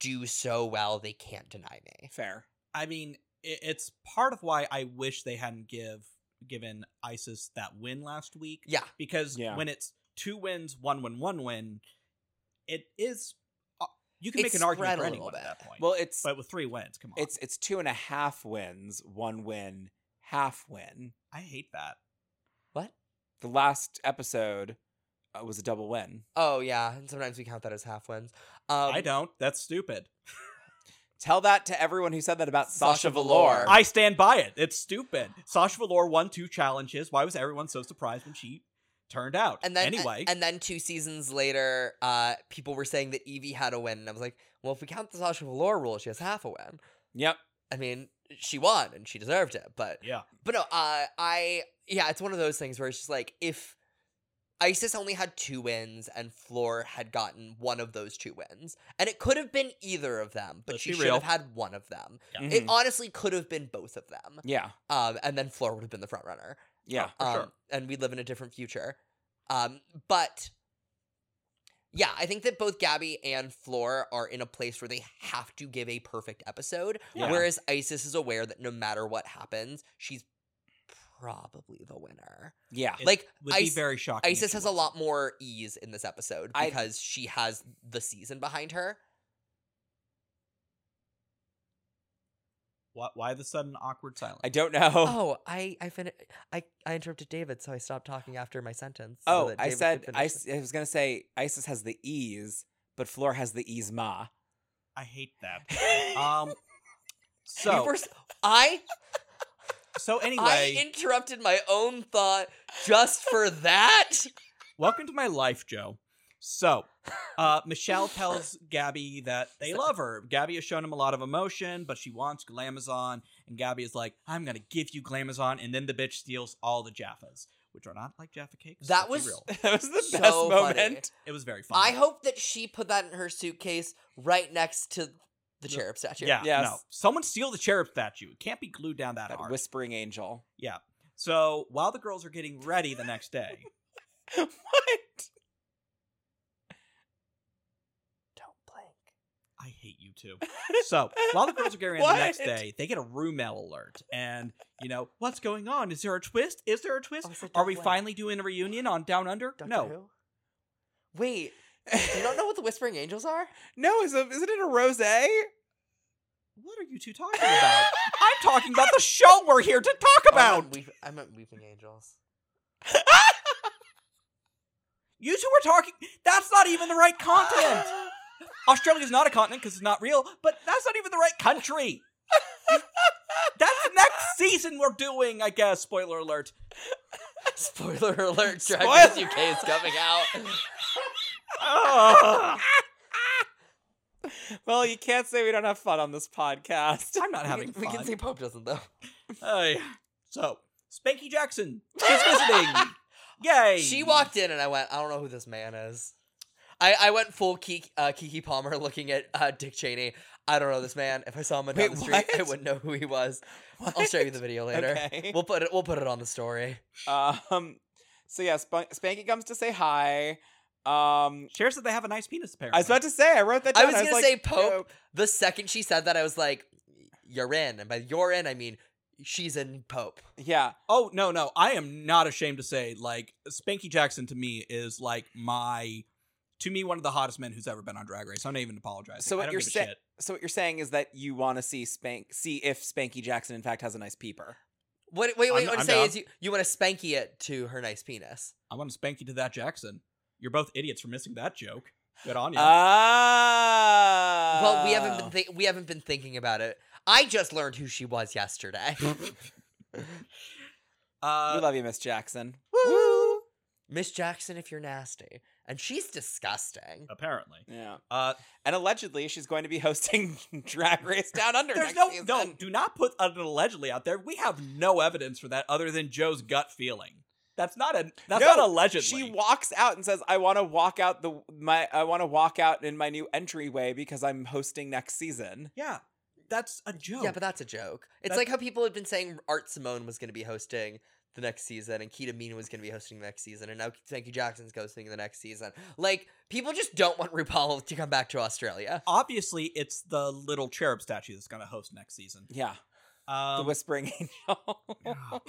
do so well they can't deny me
Fair.
I mean, i it's part of why I wish they hadn't give given ISIS that win last week.
yeah
because
Yeah.
when it's two wins, one win, one win, it is uh, you can
It's
make an argument
spread a
for
little
anyone at
bit.
that point.
Well, it's
but with three wins, come on,
it's it's two and a half wins, one win, half win.
I hate that.
what
The last episode uh, was a double win.
oh yeah and sometimes we count that as half wins um
I don't. That's stupid.
Tell that to everyone who said that about Sasha,
Sasha
Velour.
Velour.
I stand by it. It's stupid. Sasha Valor won two challenges. Why was everyone so surprised when she turned out?
And then
anyway,
and, then two seasons later, uh, people were saying that Evie had a win, and I was like, well, if we count the Sasha Velour rule, she has half a win.
yep.
I mean, she won and she deserved it, but
yeah,
but no, uh, I yeah, it's one of those things where it's just like if Isis only had two wins and Floor had gotten one of those two wins, and it could have been either of them, but
Let's
she
be
should
real. Mm-hmm.
have had one of them.
Mhm.
It honestly could have been both of them,
yeah.
um, and then Floor would have been the front runner
Yeah.
For
um,
sure.
and we live in a different future. Um, but yeah, I think that both Gabby and Floor are in a place where they have to give a perfect episode,
Yeah.
whereas Isis is aware that no matter what happens, she's probably the winner.
Yeah.
It
like
would be
Isis,
very shocking. if
Isis
she
has a
wasn't.
lot more ease in this episode
I-
because she has the season behind her.
Why, why the sudden awkward silence?
I don't know.
Oh,
I I fin-
I, I interrupted David, so I stopped talking after my sentence. so
Oh,
that
I
David could
said I,
finish.
s- I was gonna say Isis has the ease, but Floor has the ease ma.
I hate that.
Uh,
Um. So
I
so anyway,
I interrupted my own thought just for that.
Welcome to my life, Joe. So, uh, Michelle tells Gabby that they love her. Gabby has shown him a lot of emotion, but she wants Glamazon. And Gabby is like, I'm going to give you Glamazon. And then the bitch steals all the Jaffas, which are not like Jaffa cakes.
That
let's be
was-
real.
that was the
So
best
funny.
moment.
It was very fun.
I hope that she put that in her suitcase right next to the cherub statue.
Yeah,
Yes.
no. Someone steal the cherub statue. It can't be glued down that,
That
hard.
whispering angel.
so while the girls are getting ready the next day,
what?
Don't blink.
I hate you too. So while the girls are getting ready the
What?
next day, they get a room mail alert, and you know what's going on? Is there a twist? Is there a twist?
Oh, it's like
are
Don't
we
Blink.
finally doing a reunion on Down Under?
Doctor
no,
Who?
Wait, you don't know what the Whispering Angels are?
no, is a, isn't it a rose?
What are you two talking about? I'm talking about the show we're here to talk
Oh, I
about.
meant, weep- I meant Weeping Angels.
You two are talking. That's not even the right continent. Australia's not a continent because it's not real, but that's not even the right country. that's the next season we're doing, I guess. Spoiler alert.
Spoiler alert, Drag
Spoil-
Race UK is coming out.
Ugh.
Well, you can't say we don't have fun on this podcast.
I'm not having
we, can- we
fun.
can say Pope doesn't, though.
Uh, so, Spanky Jackson is visiting. Yay.
She walked in and I went, I don't know who this man is. I, I went full Kiki, uh, Kiki Palmer looking at uh, Dick Cheney. I don't know this man. If I saw him on
Wait,
down the street, I
what?
wouldn't know who he was. I'll show you the video later.
Okay.
We'll put it. We'll put it on the story.
Um. So yeah, Spunk- Spanky comes to say hi. Um.
Shares that they have a nice penis, apparently.
I was about to say I wrote that.
I
Down.
was gonna
like,
say Pope.
yo.
The second she said that, I was like, "You're in," and by "you're in," I mean she's in Pope.
Yeah.
Oh no, no, I am not ashamed to say, like Spanky Jackson to me is like my, to me one of the hottest men who's ever been on Drag Race. I'm not even apologizing.
So what
I don't
you're
give a
sa-
shit.
So what you're saying is that you want to see Spank, see if Spanky Jackson in fact has a nice peeper.
What? Wait,
I'm-
wait. What
I'm
I'm saying
down.
is you you want to spanky it to her nice penis.
I want to spank you to that Jackson. You're both idiots for missing that joke. Good on you.
Ah.
well, we haven't been thi- we haven't been thinking about it. I just learned who she was yesterday.
we
uh,
love you, Miss Jackson.
Woo! Miss Jackson, if you're nasty, and she's disgusting.
apparently,
Yeah.
uh,
And allegedly, she's going to be hosting Drag Race Down Under.
there's
next
no,
season.
no. Do not put an allegedly out there. We have no evidence for that other than Joe's gut feeling. That's not a. That's
No,
not allegedly.
She walks out and says, "I want to walk out the my I want to walk out in my new entryway because I'm hosting next season."
yeah, that's a joke.
Yeah, but that's a joke. It's
That-
like how people had been saying Art Simone was going to be hosting the next season and Keita Mina was going to be hosting the next season and now Sankey Jackson's hosting the next season. Like, people just don't want RuPaul to come back to Australia.
obviously it's the little cherub statue that's going to host next season.
Yeah,
Um,
the Whispering Angel.
oh God.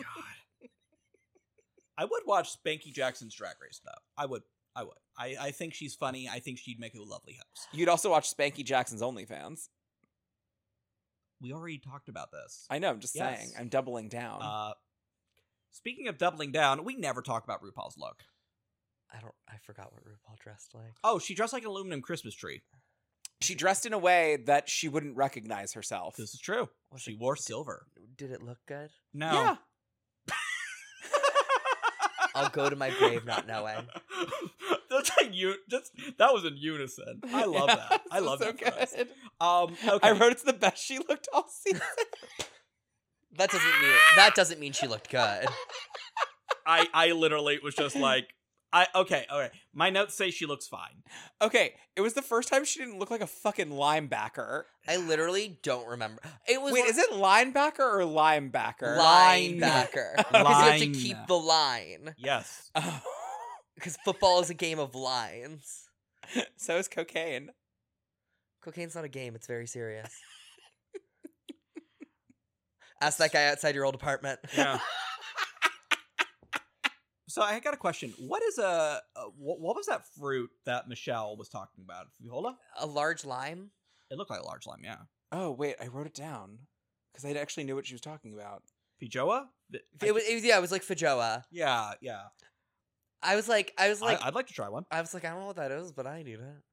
I would watch Spanky Jackson's Drag Race though. I would. I would. I, I think she's funny. I think she'd make a lovely host.
You'd also watch Spanky Jackson's OnlyFans.
We already talked about this.
I know. I'm just
Yes.
saying. I'm doubling
um,
down.
Uh, speaking of doubling down, we never talk about RuPaul's look.
I don't, I forgot what RuPaul dressed like.
Oh, she dressed like an aluminum Christmas tree.
she dressed in a way that she wouldn't recognize herself.
This is true.
Was
She
it-
wore silver.
Did it look good?
No.
Yeah.
I'll go to my grave not knowing.
That's like you. That's that was in unison. I love
Yeah,
that. I
this
love
is so
that. for us.
good.
Um, okay.
I wrote it's the best she looked all season.
That doesn't mean, that doesn't mean she looked good.
I I literally was just like, I okay, all right. My notes say she looks fine.
okay, it was the first time she didn't look like a fucking linebacker.
I literally don't remember. It was
Wait,
one-
is it linebacker or linebacker?
linebacker? Because you have to
Line.
keep the line.
Yes.
Because football is a game of lines.
so is cocaine.
Cocaine's not a game, it's very serious. Ask that guy outside your old apartment.
Yeah. so I got a question. What is a, a what, what was that fruit that Michelle was talking about? Viola?
A large lime?
It looked like a large lime. Yeah.
Oh wait, I wrote it down because I actually knew what she was talking about.
Pijoa? Th- I
It was,
ca-
it was yeah, it was like Fajoa.
Yeah, yeah.
I was like I was like
I,
I,
I'd like to try one.
was like, I don't know what that is, but I need it.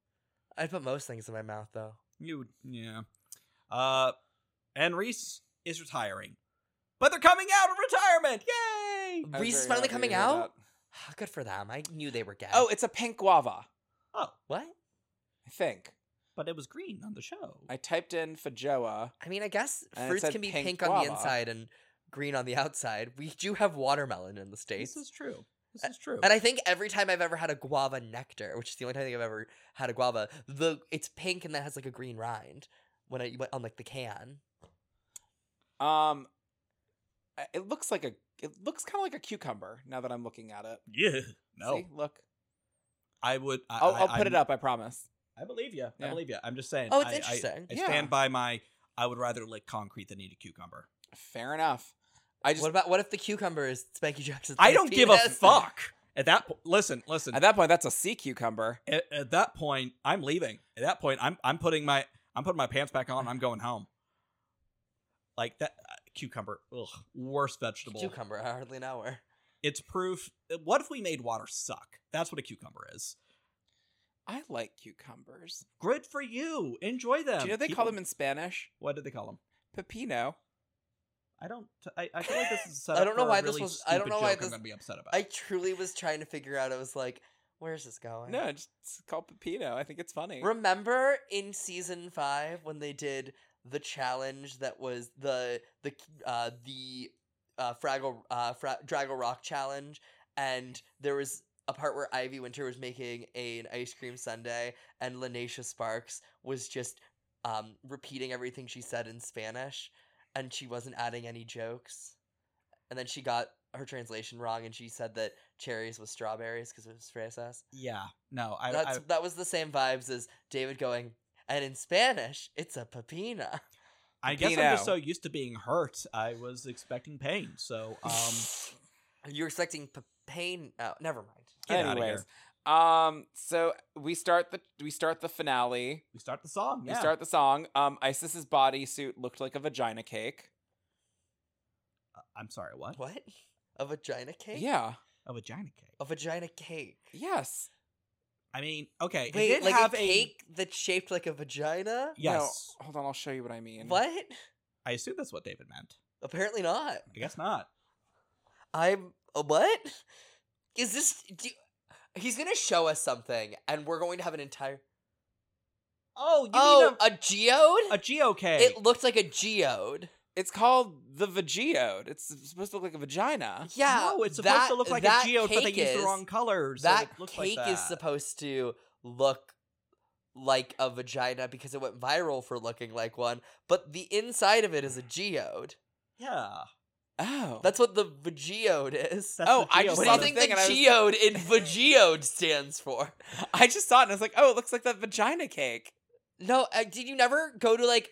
I'd put most things in my mouth though.
You yeah. Uh, and Reese is retiring, but they're coming out of retirement. Yay!
I was
Reese is
very
finally
happy to
coming
hear
out? Ah,
that.
Good for them. I knew they were gay.
Oh, it's a pink guava.
Oh,
What?
I think.
but it was green on the show.
I typed in Fajoa.
I mean, I guess
And it
fruits
said
can be
pink
pink, on
guava.
the inside and green on the outside. We do have watermelon in the
this
states,
is true. This is true.
and I think every time I've ever had a guava nectar, which is the only time I think I've ever had a guava, the it's pink and that has like a green rind when I went on like the can.
Um, I- it looks like a. It looks kind of like a cucumber now that I'm looking at it.
yeah. No,
See? look.
I would. I,
I'll,
I,
I'll put
I'm-
it up. I promise.
I believe you. I
Yeah.
believe you. I'm just saying.
Oh, it's
I- I-
interesting.
I,
Yeah.
stand by my. I would rather lick concrete than eat a cucumber.
Fair enough. I just
what about what if the cucumber is Spanky Jackson's?
I
little
don't give a
penis?
fuck. At that point, listen, listen.
at that point that's a sea cucumber.
At, at that point, I'm leaving. At that point, I'm I'm putting my I'm putting my pants back on. I'm going home. Like that uh, cucumber, ugh, worst vegetable.
Cucumber, I hardly know her.
It's proof. What if we made water suck? That's what a cucumber is.
I like cucumbers.
Good for you. Enjoy them.
Do you know they
Keep
call them in Spanish?
What did they call them?
Pepino.
I don't. I, I feel like this is. Set
I
up
don't know
for a
why this
really
was- I don't
stupid
know why
joke I'm
this-
gonna be upset about.
I truly was trying to figure out. I was like, where is this going?
No, just it's called Pepino. I think it's funny.
Remember in season five when they did the challenge that was the the uh, the uh, Fraggle uh, Fra- Draggle Rock challenge, and there was a part where Ivy Winter was making a, an ice cream sundae, and Lanacia Sparks was just um, repeating everything she said in Spanish, and she wasn't adding any jokes, and then she got her translation wrong, and she said that cherries was strawberries because it was fresas.
Yeah. No. I. I
That's, that was the same vibes as David going, and in Spanish, it's a pepina.
I guess I'm just
Pepino.
so used to being hurt. I was expecting pain. So, um,
You're expecting pe- pain.
uh,
Oh, never mind.
get out of
Anyways,
here.
um, so we start the we start the finale.
We start the song. Yeah.
We start the song. Um, Isis's bodysuit looked like a vagina cake.
Uh, I'm sorry. What?
What? A vagina cake?
Yeah.
A vagina cake.
A vagina cake.
Yes.
I mean, okay. it
Wait,
did
like
have
a cake that's shaped like a vagina?
No,
Yes.
hold on, I'll show you what I mean.
What?
I assume that's what David meant.
Apparently not.
I guess not.
I'm. A what? Is this. Do he's going to show us something, and we're going to have an entire.
Oh, you
oh,
mean
a, geode?
a, a geocache?
It looked like a geode.
It's called the vageode. It's supposed to look like a vagina.
Yeah.
Uh, no, it's supposed
that-
to look like
that
a geode, but they
cake
used the
is-
wrong colors. so
that
it looks
cake
like
is
that.
supposed to look like a vagina because it went viral for looking like one, but the inside of it is a geode.
Yeah.
Oh.
That's what the vageode is.
That's
Oh,
the
I just saw
What do
geode
you
the
color.
think
thing
the
and I was-
geode in vageode stands for?
I just saw it and I was like, oh, it looks like that vagina cake.
No, uh, did you never go to like?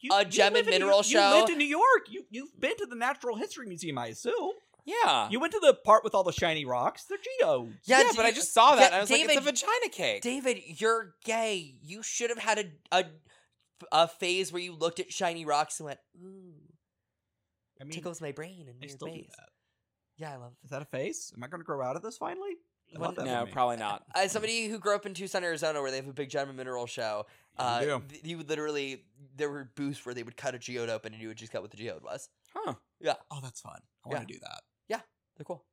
You-
a
you
gem
live
and
in New-
mineral
You lived
show.
in New York. You you've been to the Natural History Museum, I assume.
Yeah.
You went to the part with all the shiny rocks. They're geodes.
yeah,
did
but I
you-
just saw that
Yeah,
and I was like, it's a
David-
vagina cake.
David, you're gay. You should have had a a a phase where you looked at shiny rocks and went, "Ooh,
I mean,
tickles my brain and
I
weird
still do
ways."
that.
Yeah, I love
Is that a face? Am I going to grow out of this finally? I
Well,
love that
no,
for me.
probably not.
as Uh, somebody who grew up in Tucson, Arizona, where they have a big gem and mineral show,
You
uh,
do.
th- you would literally there were booths where they would cut a geode open and you would just cut what the geode was.
Huh.
Oh, that's fun. I
Yeah.
want to do that.
They're cool.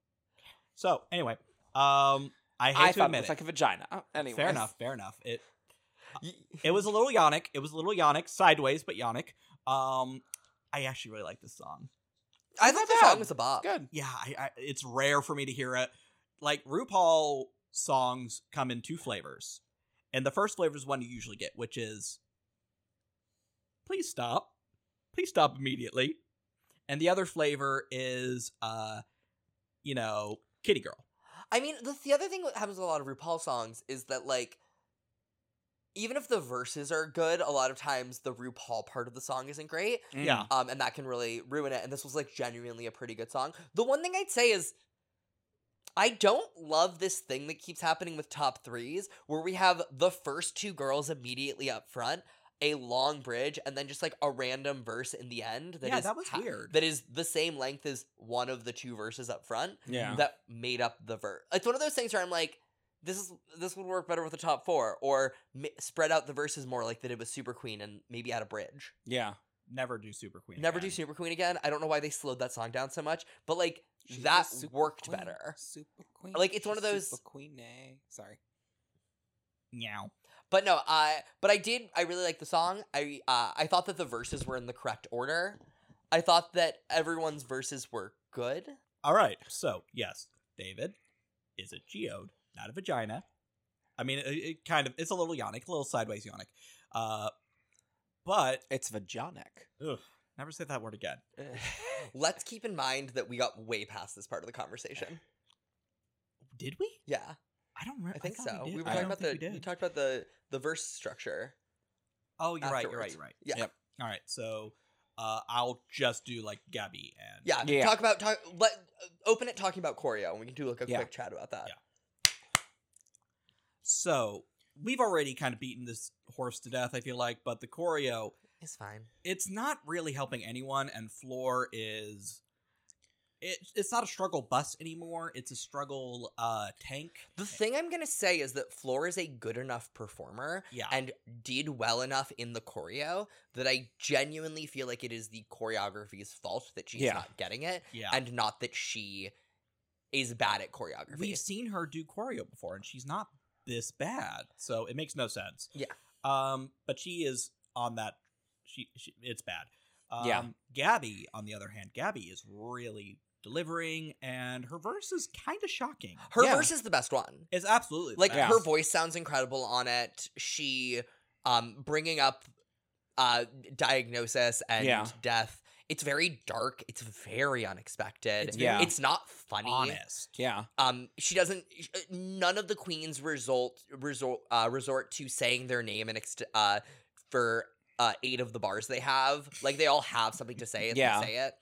So anyway, um,
I
I hate to
thought it
admit
looked
it.
like a vagina. Oh, anyway.
fair enough. Fair enough. It
Y-
it was a little yonic. It was a little yonic, sideways but yonic. Um, I actually really like this song.
I
not
thought the
bad.
song was a bop.
Good.
Yeah, I, I, it's rare for me to hear it. Like RuPaul songs come in two flavors, and the first flavor is one you usually get, which is please stop, please stop immediately, and the other flavor is uh, you know, Kitty Girl.
I mean, the, the other thing that happens with a lot of RuPaul songs is that like, even if the verses are good, a lot of times the RuPaul part of the song isn't great.
Yeah.
um, and that can really ruin it. And this was like genuinely a pretty good song. The one thing I'd say is, I don't love this thing that keeps happening with top threes, where we have the first two girls immediately up front, a long bridge, and then just like a random verse in the end. That
yeah,
is
that was
ha-
weird.
That is the same length as one of the two verses up front
Yeah.
that made up the verse. It's one of those things where I'm like, this is this would work better with the top four, or m- spread out the verses more, like they did with Super Queen, and maybe add a bridge.
yeah.
Never do Super Queen.
Never
again.
do Super Queen again. I don't know why they slowed that song down so much, but like
She's
that
a super
worked
queen,
better.
Super queen.
Like, it's one
she's
of those-
Super queen, eh? Sorry.
Meow.
But no, uh, but I did. I really like the song. I uh, I thought that the verses were in the correct order. I thought that everyone's verses were good.
All right. So, yes, David is a geode, not a vagina. I mean, it, it kind of, it's a little yonic, a little sideways yonic. Uh, but
It's vaginic.
never say that word again.
Let's keep in mind that we got way past this part of the conversation.
Did we?
Yeah,
I don't remember.
I think
thought
so.
did.
We were
I
talking
don't
about the
think
we,
we did.
talked about the the verse structure.
Oh, you're right. You're right.
afterwards.
You're right.
Yeah.
Yep. All right. So uh, I'll just do like Gabby and
Yeah,
Yeah.
talk about talk. Let open it talking about choreo, and we can do like a
Yeah.
quick chat about that.
Yeah. So we've already kind of beaten this horse to death. I feel like, but the choreo,
It's fine.
it's not really helping anyone, and Floor is. It, it's not a struggle bus anymore. It's a struggle uh tank.
The thing I'm gonna say is that Floor is a good enough performer
Yeah.
and did well enough in the choreo that I genuinely feel like it is the choreography's fault that she's
Yeah.
not getting it,
yeah.
and not that she is bad at choreography.
We've seen her do choreo before, and she's not this bad, so it makes no sense.
Yeah.
Um, but she is on that. She, she it's bad. Um,
Yeah.
Gabby, on the other hand, Gabby is really delivering, and her verse is kind of shocking.
her
Yeah.
verse is the best one.
It's absolutely the
Like
best.
her voice sounds incredible on it. She, um, bringing up, uh, diagnosis and
Yeah.
death. It's very dark. It's very unexpected.
It's
very Yeah.
It's not funny.
honest.
Yeah.
um she doesn't sh- uh, none of the queens result resort uh resort to saying their name and ext- uh for uh eight of the bars they have like they all have something to say and
Yeah.
they say it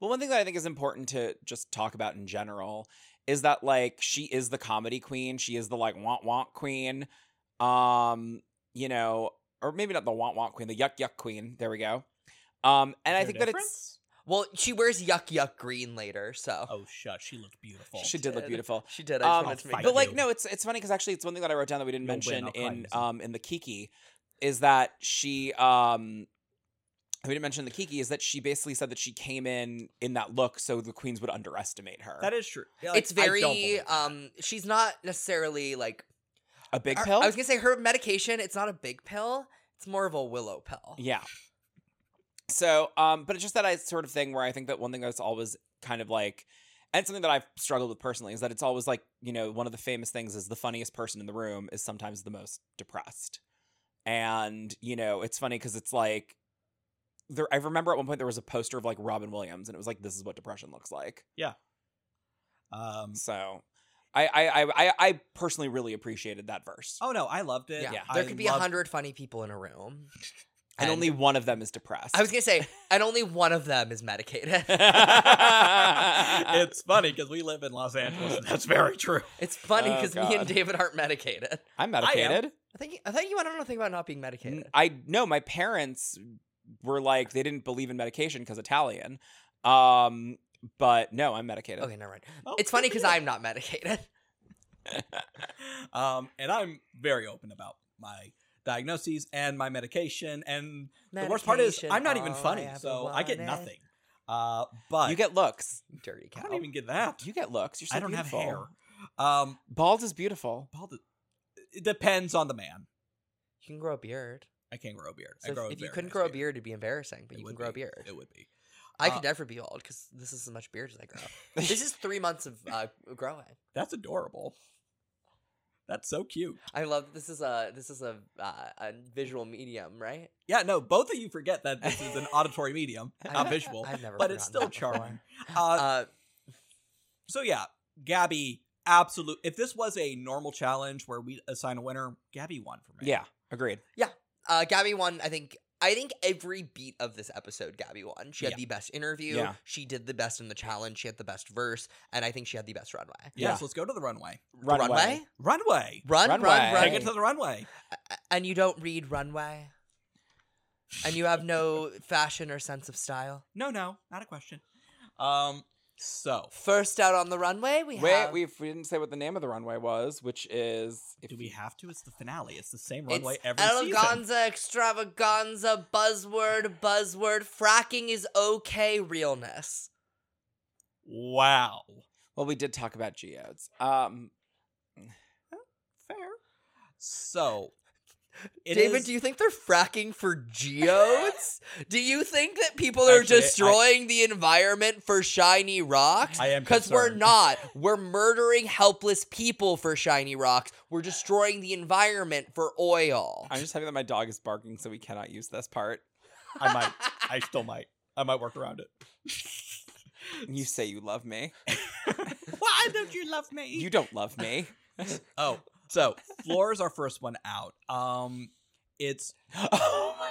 Well, one thing that I think is important to just talk about in general is that like she is the comedy queen. She is the like want want queen. Um, you know, or maybe not the want want queen, the yuck yuck queen. There we go. Um, and I think that it's
well she wears yuck yuck green later so
oh shush, she looked beautiful.
she did look
Did.
beautiful.
She did. I
Um,
just wanted to
I
make.
But like,
do.
no, it's it's funny because actually, it's one thing that I wrote down that we didn't
You'll win,
mention
I'll cry,
in
Lisa.
um in the Kiki is that she um we didn't mention in the Kiki is that she basically said that she came in in that look so the queens would underestimate her.
That is true. Yeah, like,
it's
I don't
very
believe that.
um she's not necessarily like
a big
her-
pill.
i was gonna say her medication it's not a big pill it's more of a willow pill
Yeah. So, um, but it's just that I sort of thing where I think that one thing that's always kind of like, and something that I've struggled with personally is that it's always like, you know, one of the famous things is the funniest person in the room is sometimes the most depressed. And, you know, it's funny because it's like, there, I remember at one point there was a poster of like Robin Williams and it was like, this is what depression looks like.
Um,
So I, I, I, I- I personally really appreciated that verse.
oh no, I loved it.
yeah,
I
there could be a
loved-
hundred funny people in a room
and only one of them is depressed.
i was gonna say and only one of them is medicated
it's funny because we live in Los Angeles. And that's very true.
It's funny
Oh,
because me and
God.
David aren't medicated. I
I'm medicated.
think I thought you went on a thing about not being medicated.
N- I no, my parents were like they didn't believe in medication because Italian. Um, but no, I'm medicated.
Okay, never mind.
Oh,
It's funny
good for
because
you.
I'm not medicated.
um, and I'm very open about my diagnoses and my medication. And the worst part is I'm not
Oh,
even funny, so I get nothing. Uh, but
You get looks.
Dirty cow.
I don't even get that.
You get looks. You're so
I don't
beautiful.
have hair. Um,
Bald is beautiful.
bald- it depends on the man.
You can grow a beard.
I can't grow a beard.
So
I
if,
grow a
if you
very
couldn't
nice
grow a beard, it'd be embarrassing. But
It
you can
would
grow a
be.
beard.
It would be.
I
uh,
could never be old because this is as much beard as I grow. this is three months of uh, growing.
That's adorable. That's so cute.
I love this is a this is a uh, a visual medium, right?
Yeah, no, both of you forget that this is an auditory medium,
I-
not visual.
I've never,
but it's still
forgotten that before.
charming. Uh,
Uh,
So yeah, Gabby, absolute. If this was a normal challenge where we assign a winner, Gabby won for me.
yeah, agreed.
Uh, Gabby won. I think. I think every beat of this episode, Gabby won. She had
Yeah.
the best interview.
Yeah.
She did the best in the challenge. She had the best verse, and I think she had the best runway.
Yes,
Yeah.
let's go to the runway.
The runway,
Runway.
run, run,
Runway.
run.
Right.
Take it to the runway.
A- and you don't read runway, and you have no fashion or sense of style.
No, no, not a question. Um. So
First out on the runway, we
Wait,
have
we we didn't say what the name of the runway was, which is. If
do we have to? It's the finale. It's the same
it's
runway every season.
eleganza, extravaganza, buzzword, buzzword. Fracking is okay. Realness.
Wow.
Well, we did talk about geodes. Um,
Fair. So, it
David,
is-
do you think they're fracking for geodes? do you think that people are
Actually, I-
destroying the environment for shiny rocks?
I am
Because we're
concerned.
not. We're murdering helpless people for shiny rocks. We're destroying the environment for oil.
I'm just happy that my dog is barking, so we cannot use this part.
I might. I still might. I might work around it.
You say you love me.
Why don't you love me?
You don't love me.
oh, so Flora's our first one out. Um, it's
oh my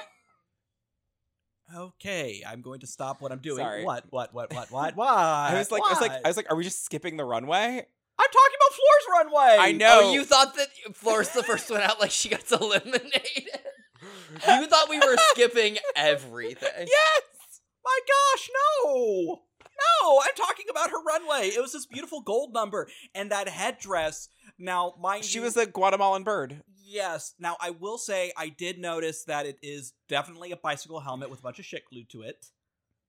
okay. I'm going to stop what I'm doing.
Sorry.
What? What? What? What? What? What? I
I was like, I was like, I was like, are we just skipping the runway?
am talking about Flora's runway.
I know.
Oh, you thought that Flora's the first one out, like she gets eliminated. you thought we were skipping everything.
Yes. My gosh, no. No, I'm talking about her runway. It was this beautiful gold number and that headdress. Now, mind
She
you-
was a Guatemalan bird.
Yes. Now, I will say I did notice that it is definitely a bicycle helmet with a bunch of shit glued to it.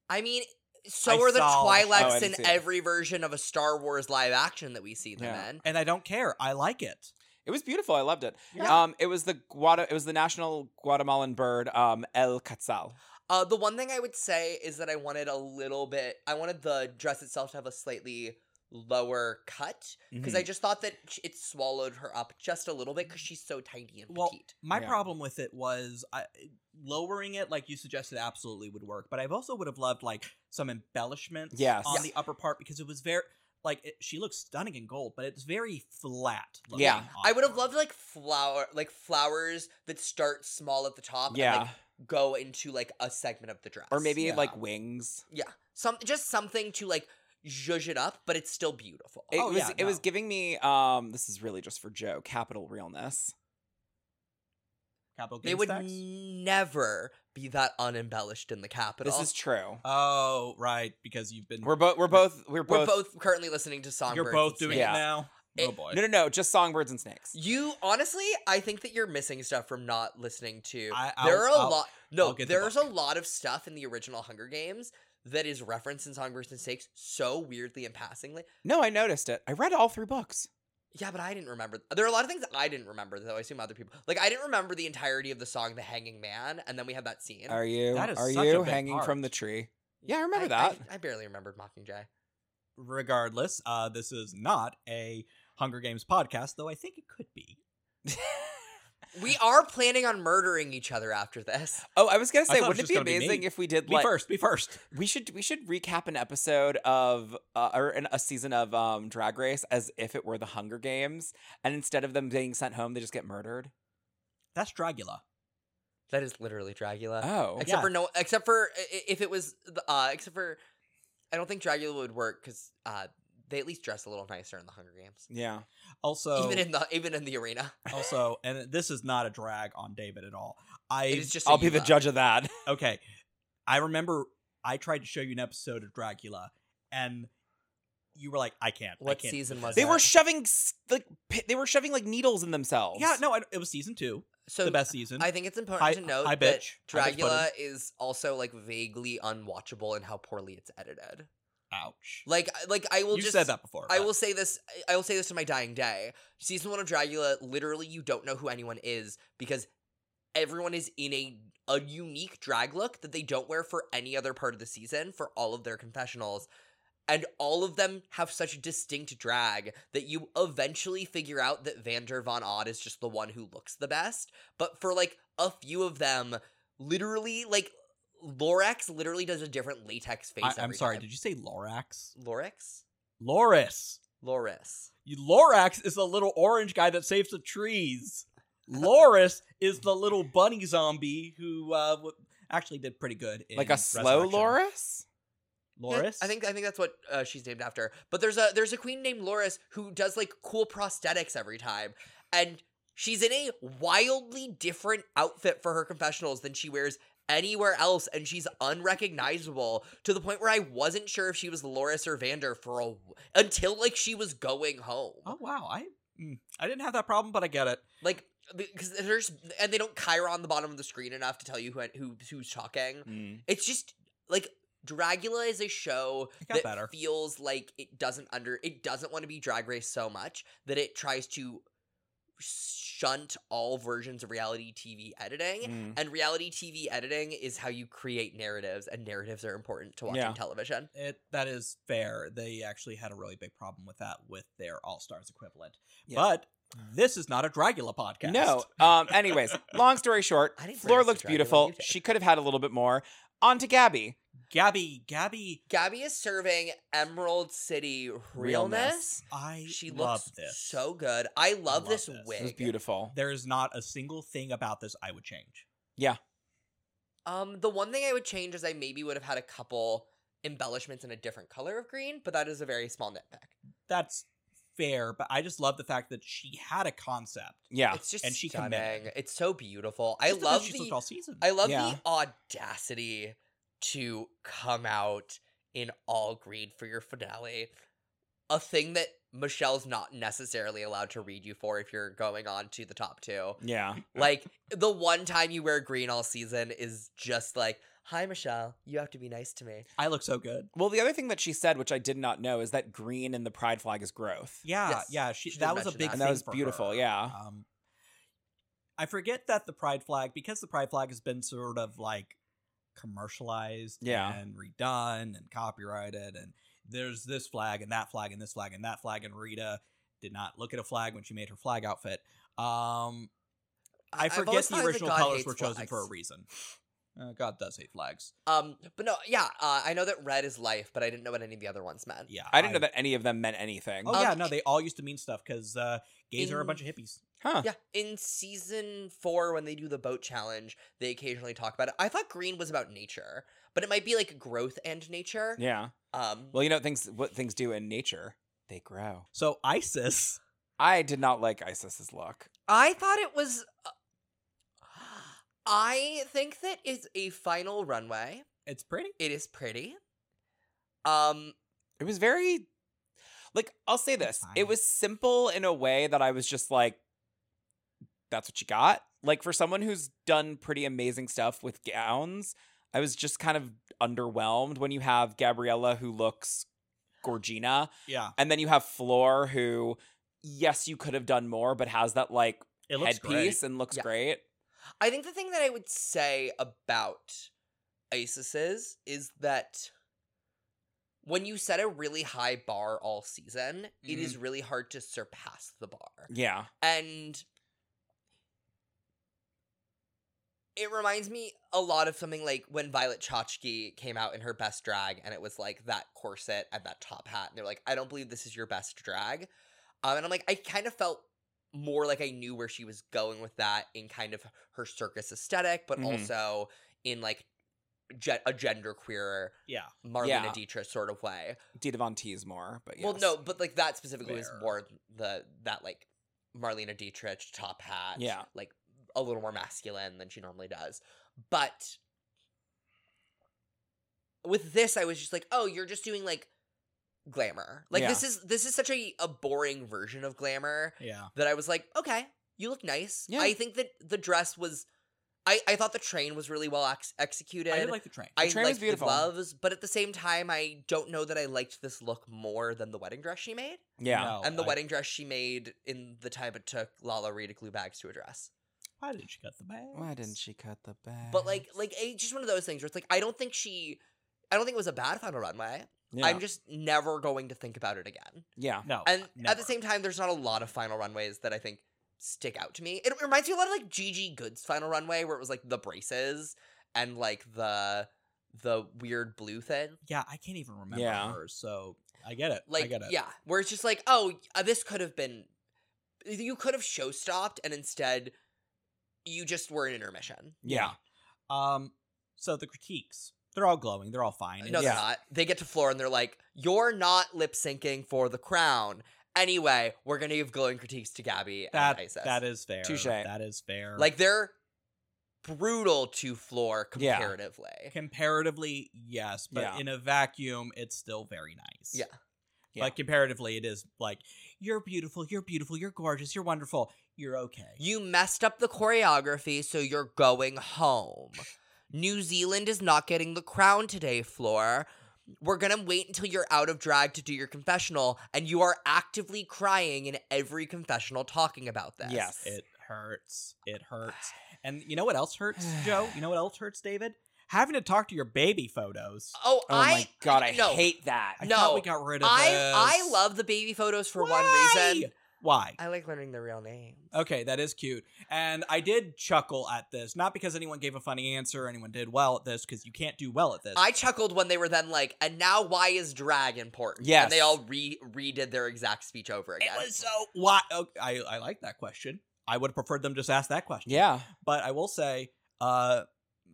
I mean, so
I
are the
saw-
Oh, I
Twi'leks
didn't
in
see it.
every version of a Star Wars live action that we see them
Yeah.
in.
And I don't care. I like it. Uh,
It was beautiful. I loved it.
Yeah.
Um, it was the Guata. It was the national Guatemalan bird, um, El Quetzal.
Uh, the one thing I would say is that I wanted a little bit. I wanted the dress itself to have a slightly lower cut
Mm-hmm.
because
Mm.
I just thought that sh- it swallowed her up just a little bit because she's so tiny and
Well,
petite.
My
Yeah.
problem with it was I, lowering it, like you suggested, absolutely would work. But I've also would have loved like some embellishments
Yes.
on
Yeah.
the upper part because it was very like it, she looks stunning in gold, but it's very flat. looking
Yeah.
on
I would have
her.
loved like flower, like flowers that start small at the top
yeah,
and like go into like a segment of the dress,
or maybe
yeah.
like wings.
yeah, some just something to like zhuzh it up, but it's still beautiful.
It
Oh,
was.
yeah,
it was
no.
giving me. Um, this is really just for Joe. Capital realness.
capital
they
gains
would
tax?
never be that unembellished in the capital.
This is true.
Oh, right, because you've been
We're both. We're both. We're
We're
both.
both currently listening to songbirds.
you're both
and
doing
Yeah.
it now.
It-
oh boy.
No, no, no. Just songbirds and snakes.
You honestly, I think that you're missing stuff from not listening to.
I-
there are a
I'll- I'll-
lot.
I'll
No,
get the
there's a lot of stuff in the original Hunger Games that is referenced in Songbirds and Snakes so weirdly and passingly.
No, I noticed it. I read all three books.
Yeah, but I didn't remember. There are a lot of things I didn't remember, though. I assume other people. Like, I didn't remember the entirety of the song "The Hanging Man," and then we have that scene.
Are you?
That is
are
such a
you
big
hanging
part.
from the tree? Yeah, I remember
I-
that.
I, I barely remembered Mockingjay.
Regardless, uh, this is not a Hunger Games podcast, though I think it could be.
We are planning on murdering each other after this.
oh, I was gonna
thought
say,
it was
wouldn't it
just
be
gonna be me.
amazing if we did
Be
like
first, be first.
we should we should recap an episode of uh, or an, a season of um, Drag Race as if it were the Hunger Games, and instead of them being sent home, they just get murdered.
That's Dragula.
That is literally Dragula.
Oh,
except
Yeah.
for no except for i- i- if it was the- uh except for i don't think dragula would work because uh they at least dress a little nicer in the hunger games
yeah.
Also,
even in the even in the arena
also, and this is not a drag on David at all. I
it is just a
I'll be the
uh,
Yula.
judge of that.
okay. I remember I tried to show you an episode of Dracula, and you were like, "I can't." I
What
can't
season
with
was
They
that."
were shoving s- like pi- they were shoving like needles in themselves.
yeah, no, I, it was season two,
so
the best season.
i think it's important
Hi-
to note
hi,
that
bitch. Hi, bitch
dragula
button.
is also like vaguely unwatchable in how poorly it's edited
Ouch.
like like i will
you
just
said that before.
I
but-
will say this. I will say this to my dying day. Season one of Dragula, literally, you don't know who anyone is because everyone is in a a unique drag look that they don't wear for any other part of the season for all of their confessionals, and all of them have such distinct drag that you eventually figure out that Vander Von Odd is just the one who looks the best. But for like a few of them, literally, like Lorax literally does a different latex face.
I, am
every
sorry.
time.
Did you say Lorax?
Lorax.
Loris.
Loris.
You- Lorax is the little orange guy that saves the trees. Loris is the little bunny zombie who uh, w- actually did pretty good. In
like a slow
Resurrection.
Loris.
Yeah,
Loris.
I think I think that's what uh, she's named after. But there's a there's a queen named Loris who does like cool prosthetics every time, and she's in a wildly different outfit for her confessionals than she wears anywhere else, and she's unrecognizable to the point where I wasn't sure if she was Loris or Vander for a w- until like she was going home,
Oh wow, I mm, I didn't have that problem, but I get it.
like because there's and they don't Chiron the bottom of the screen enough to tell you who who who's talking.
Mm-hmm.
It's just like Dragula is a show
It got
that
better.
feels like it doesn't under it doesn't want to be drag race so much that it tries to shunt all versions of reality TV editing.
Mm.
And reality TV editing is how you create narratives, and narratives are important to watching
Yeah.
television.
It that is fair. They actually had a really big problem with that with their All Stars equivalent.
Yeah.
But this is not a Dragula podcast.
No. Um, anyways, long story short,
I didn't
Floor
pronounce it
looks
Dragula,
beautiful.
you did.
She could have had a little bit more. On to Gabby.
Gabby, Gabby,
Gabby is serving Emerald City realness.
I
She
love
looks
this.
so good. I love,
love
this,
this. It was
It was
wig.
beautiful.
there is not a single thing about this I would change.
Um, the one thing I would change is I maybe would have had a couple embellishments in a different color of green, but that is a very small nitpick.
That's fair, but I just love the fact that she had a concept.
Yeah.
It's just
And she
stunning.
committed.
It's so beautiful. I
It's the best
love
she's
the
looked all season.
I love
Yeah.
the audacity to come out in all green for your finale. A thing that Michelle's not necessarily allowed to read you for if you're going on to the top two.
Yeah.
Like the one time you wear green all season is just like, "Hi Michelle, you have to be nice to me."
I look so good.
Well, the other thing that she said, which I did not know, is that green in the pride flag is growth.
Yeah,
Yes.
yeah. She,
She did
that was a
mention
big
that.
And
thing.
that was
for
beautiful,
her.
yeah.
Uh-huh.
Um, I forget that the pride flag, because the pride flag has been sort of like commercialized
Yeah.
and redone and copyrighted, and there's this flag and that flag and this flag and that flag, and Rita did not look at a flag when she made her flag outfit. Um, I
I've
forget
always
the
thought that
original
God
colors
hates
were chosen for a
flags.
reason. Uh, God does hate flags.
Um, but no, yeah, uh, I know that red is life, but I didn't know what any of the other ones meant.
Yeah,
I didn't know that any of them meant anything.
Oh
Um,
yeah, no, they all used to mean stuff because uh, gays are a
in-
bunch of hippies.
Huh.
Yeah, in season four, when they do the boat challenge, they occasionally talk about it. I thought green was about nature, but it might be like growth and nature.
Yeah.
Um,
Well, you know things what things do in nature? They grow.
So ISIS.
I did not like Isis's look.
I thought it was. uh, I think that is a final runway.
It's pretty.
It is pretty. Um,
It was very like I'll say
That's
this. It
fine.
was simple in a way that I was just like that's what you got. Like for someone who's done pretty amazing stuff with gowns, I was just kind of underwhelmed when you have Gabriella who looks Gorgina
Yeah,
and then you have Floor who yes, you could have done more but has that like
it looks great.
headpiece and looks
Yeah.
great.
I think the thing that I would say about Isis's is that when you set a really high bar all season, it
Mm-hmm.
is really hard to surpass the bar.
Yeah.
And it reminds me a lot of something like when Violet Chachki came out in her best drag and it was like that corset and that top hat. And they're like, I don't believe this is your best drag. Um, and I'm like, I kind of felt more like I knew where she was going with that in kind of her circus aesthetic, but
Mhm.
also in like ge- a genderqueer
Yeah,
Marlena
Yeah.
Dietrich sort of way.
Dita Von Teese but yes.
Well, no, but like that specifically was
Fair.
more the that like Marlena Dietrich top hat.
Yeah.
like a little more masculine than she normally does. But with this, I was just like, oh, you're just doing like glamour. Like
Yeah.
this is this is such a a boring version of glamour
yeah.
that I was like, okay, you look nice.
Yeah.
I think that the dress was. I, I thought the train was really well ex- executed.
I did like the train.
I
train was
liked the
beautiful.
gloves, but at the same time, I don't know that I liked this look more than the wedding dress she made
Yeah.
No,
and the
I-
wedding dress she made in the time it took Lala Ree to glue bags to a dress.
Why didn't she cut the bag?
Why didn't she cut the bag?
But like, like it's just one of those things where it's like I don't think she, I don't think it was a bad final runway.
yeah. Oh,
I'm just never going to think about it again.
yeah.
No.
And at
never.
the same time, there's not a lot of final runways that I think stick out to me. It reminds me a lot of like Gigi Good's final runway where it was like the braces and like the the weird blue thing.
Yeah, I can't even remember
Yeah.
her. So I get it.
like
I get it.
yeah where it's just like oh uh, this could have been you could have show stopped and instead you just were an intermission
Yeah.
Um. So the critiques, they're all glowing. They're all fine.
no
It's-
they're
Yeah.
not they get to floor and they're like you're not lip syncing for the crown anyway we're gonna give glowing critiques to gabby
that
and isis
that is fair.
Touche.
That is fair.
like they're brutal to floor
Yeah.
comparatively
comparatively, yes, but
Yeah.
in a vacuum, it's still very nice.
Yeah.
Yeah.
Like comparatively, it is like you're beautiful, you're beautiful, you're gorgeous, you're wonderful, you're okay.
You messed up the choreography, so you're going home. New Zealand is not getting the crown today, Floor. we're going to wait until you're out of drag to do your confessional and you are actively crying in every confessional talking about this.
Yes.
It hurts. It hurts. And you know what else hurts, Joe? You know what else hurts, David? Having to talk to your baby photos.
Oh,
Oh
I
my god, I
no.
hate that.
I
No,
thought we got rid of
I I
this.
love the baby photos for
Why?
one reason.
Why?
I like learning their real names.
Okay, that is cute. And I did chuckle at this, not because anyone gave a funny answer or anyone did well at this, because you can't do well at this.
I chuckled when they were then like, and now why is drag important?
Yes.
And they all re redid their exact speech over
it
again.
was so why okay, I I like that question. I would have preferred them just ask that question.
Yeah.
But I will say, uh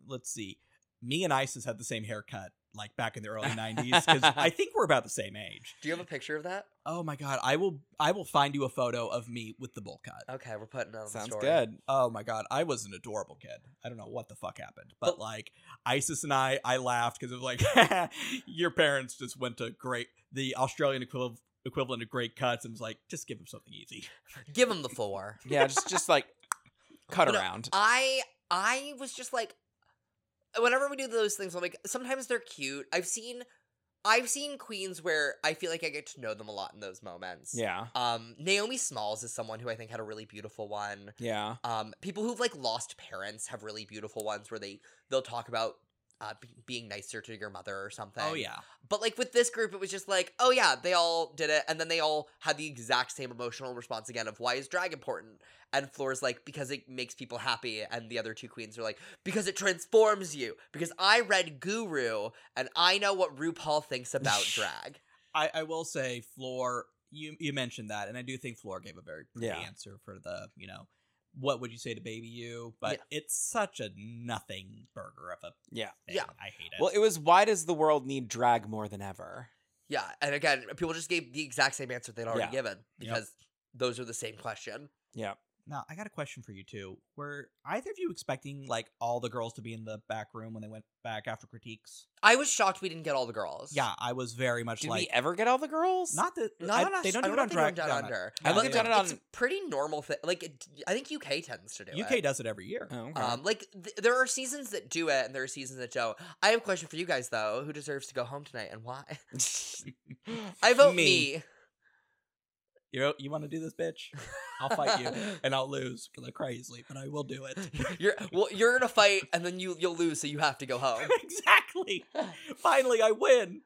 let's see. Me and Isis had the same haircut like back in the early 90s cuz I think we're about the same age.
Do you have a picture of that?
Oh my god, I will I will find you a photo of me with the bowl cut.
Okay, we're putting it on
Sounds
the story.
good.
Oh my god, I was an adorable kid. I don't know what the fuck happened, but like Isis and I, I laughed because it was like your parents just went to great the Australian equiv- equivalent of great cuts and was like just give them something easy.
Give them the floor.
Yeah, just just like cut
But, uh,
around.
I I was just like, whenever we do those things, I'm like, sometimes they're cute. I've seen, I've seen queens where I feel like I get to know them a lot in those moments.
Yeah.
Um, Naomi Smalls is someone who I think had a really beautiful one.
Yeah.
Um, people who've like lost parents have really beautiful ones where they they'll talk about uh, be- being nicer to your mother or something.
Oh yeah.
But like with this group, it was just like, oh yeah, they all did it, and then they all had the exact same emotional response again of why is drag important? And Floor's like, because it makes people happy, and the other two queens are like, because it transforms you. Because I read Guru, and I know what RuPaul thinks about drag.
I, I will say Floor, you you mentioned that, and I do think Floor gave a very pretty
Yeah.
answer for the, you know, what would you say to baby you? But it's such a nothing burger of a
Yeah.
thing.
Yeah.
I hate it.
Well, it was why does the world need drag more than ever?
Yeah, and again, people just gave the exact same answer they'd already
Yeah.
given because those are the same question.
Yeah.
now I got a question for you too. Were either of you expecting like all the girls to be in the back room when they went back after critiques?
I was shocked we didn't get all the girls.
Yeah, I was very much
Did
like
we ever get all the girls?
not that
Not
I-
on us.
they don't
I
do it
know
on
if they do
drag
down
down
under.
I
Yeah,
think
they
they've done
don't.
it
It's
on
a pretty normal thing. Like it, I think UK tends to do it.
UK does it every year.
Oh, okay.
Um, like th- there are seasons that do it, and there are seasons that don't. I have a question for you guys though: Who deserves to go home tonight, and why? I vote me.
Me. You you want to do this, bitch? I'll fight you, and I'll lose because I cry easily, but I will do it.
You're well. You're in a fight, and then you you'll lose, so you have to go home.
exactly. Finally, I win.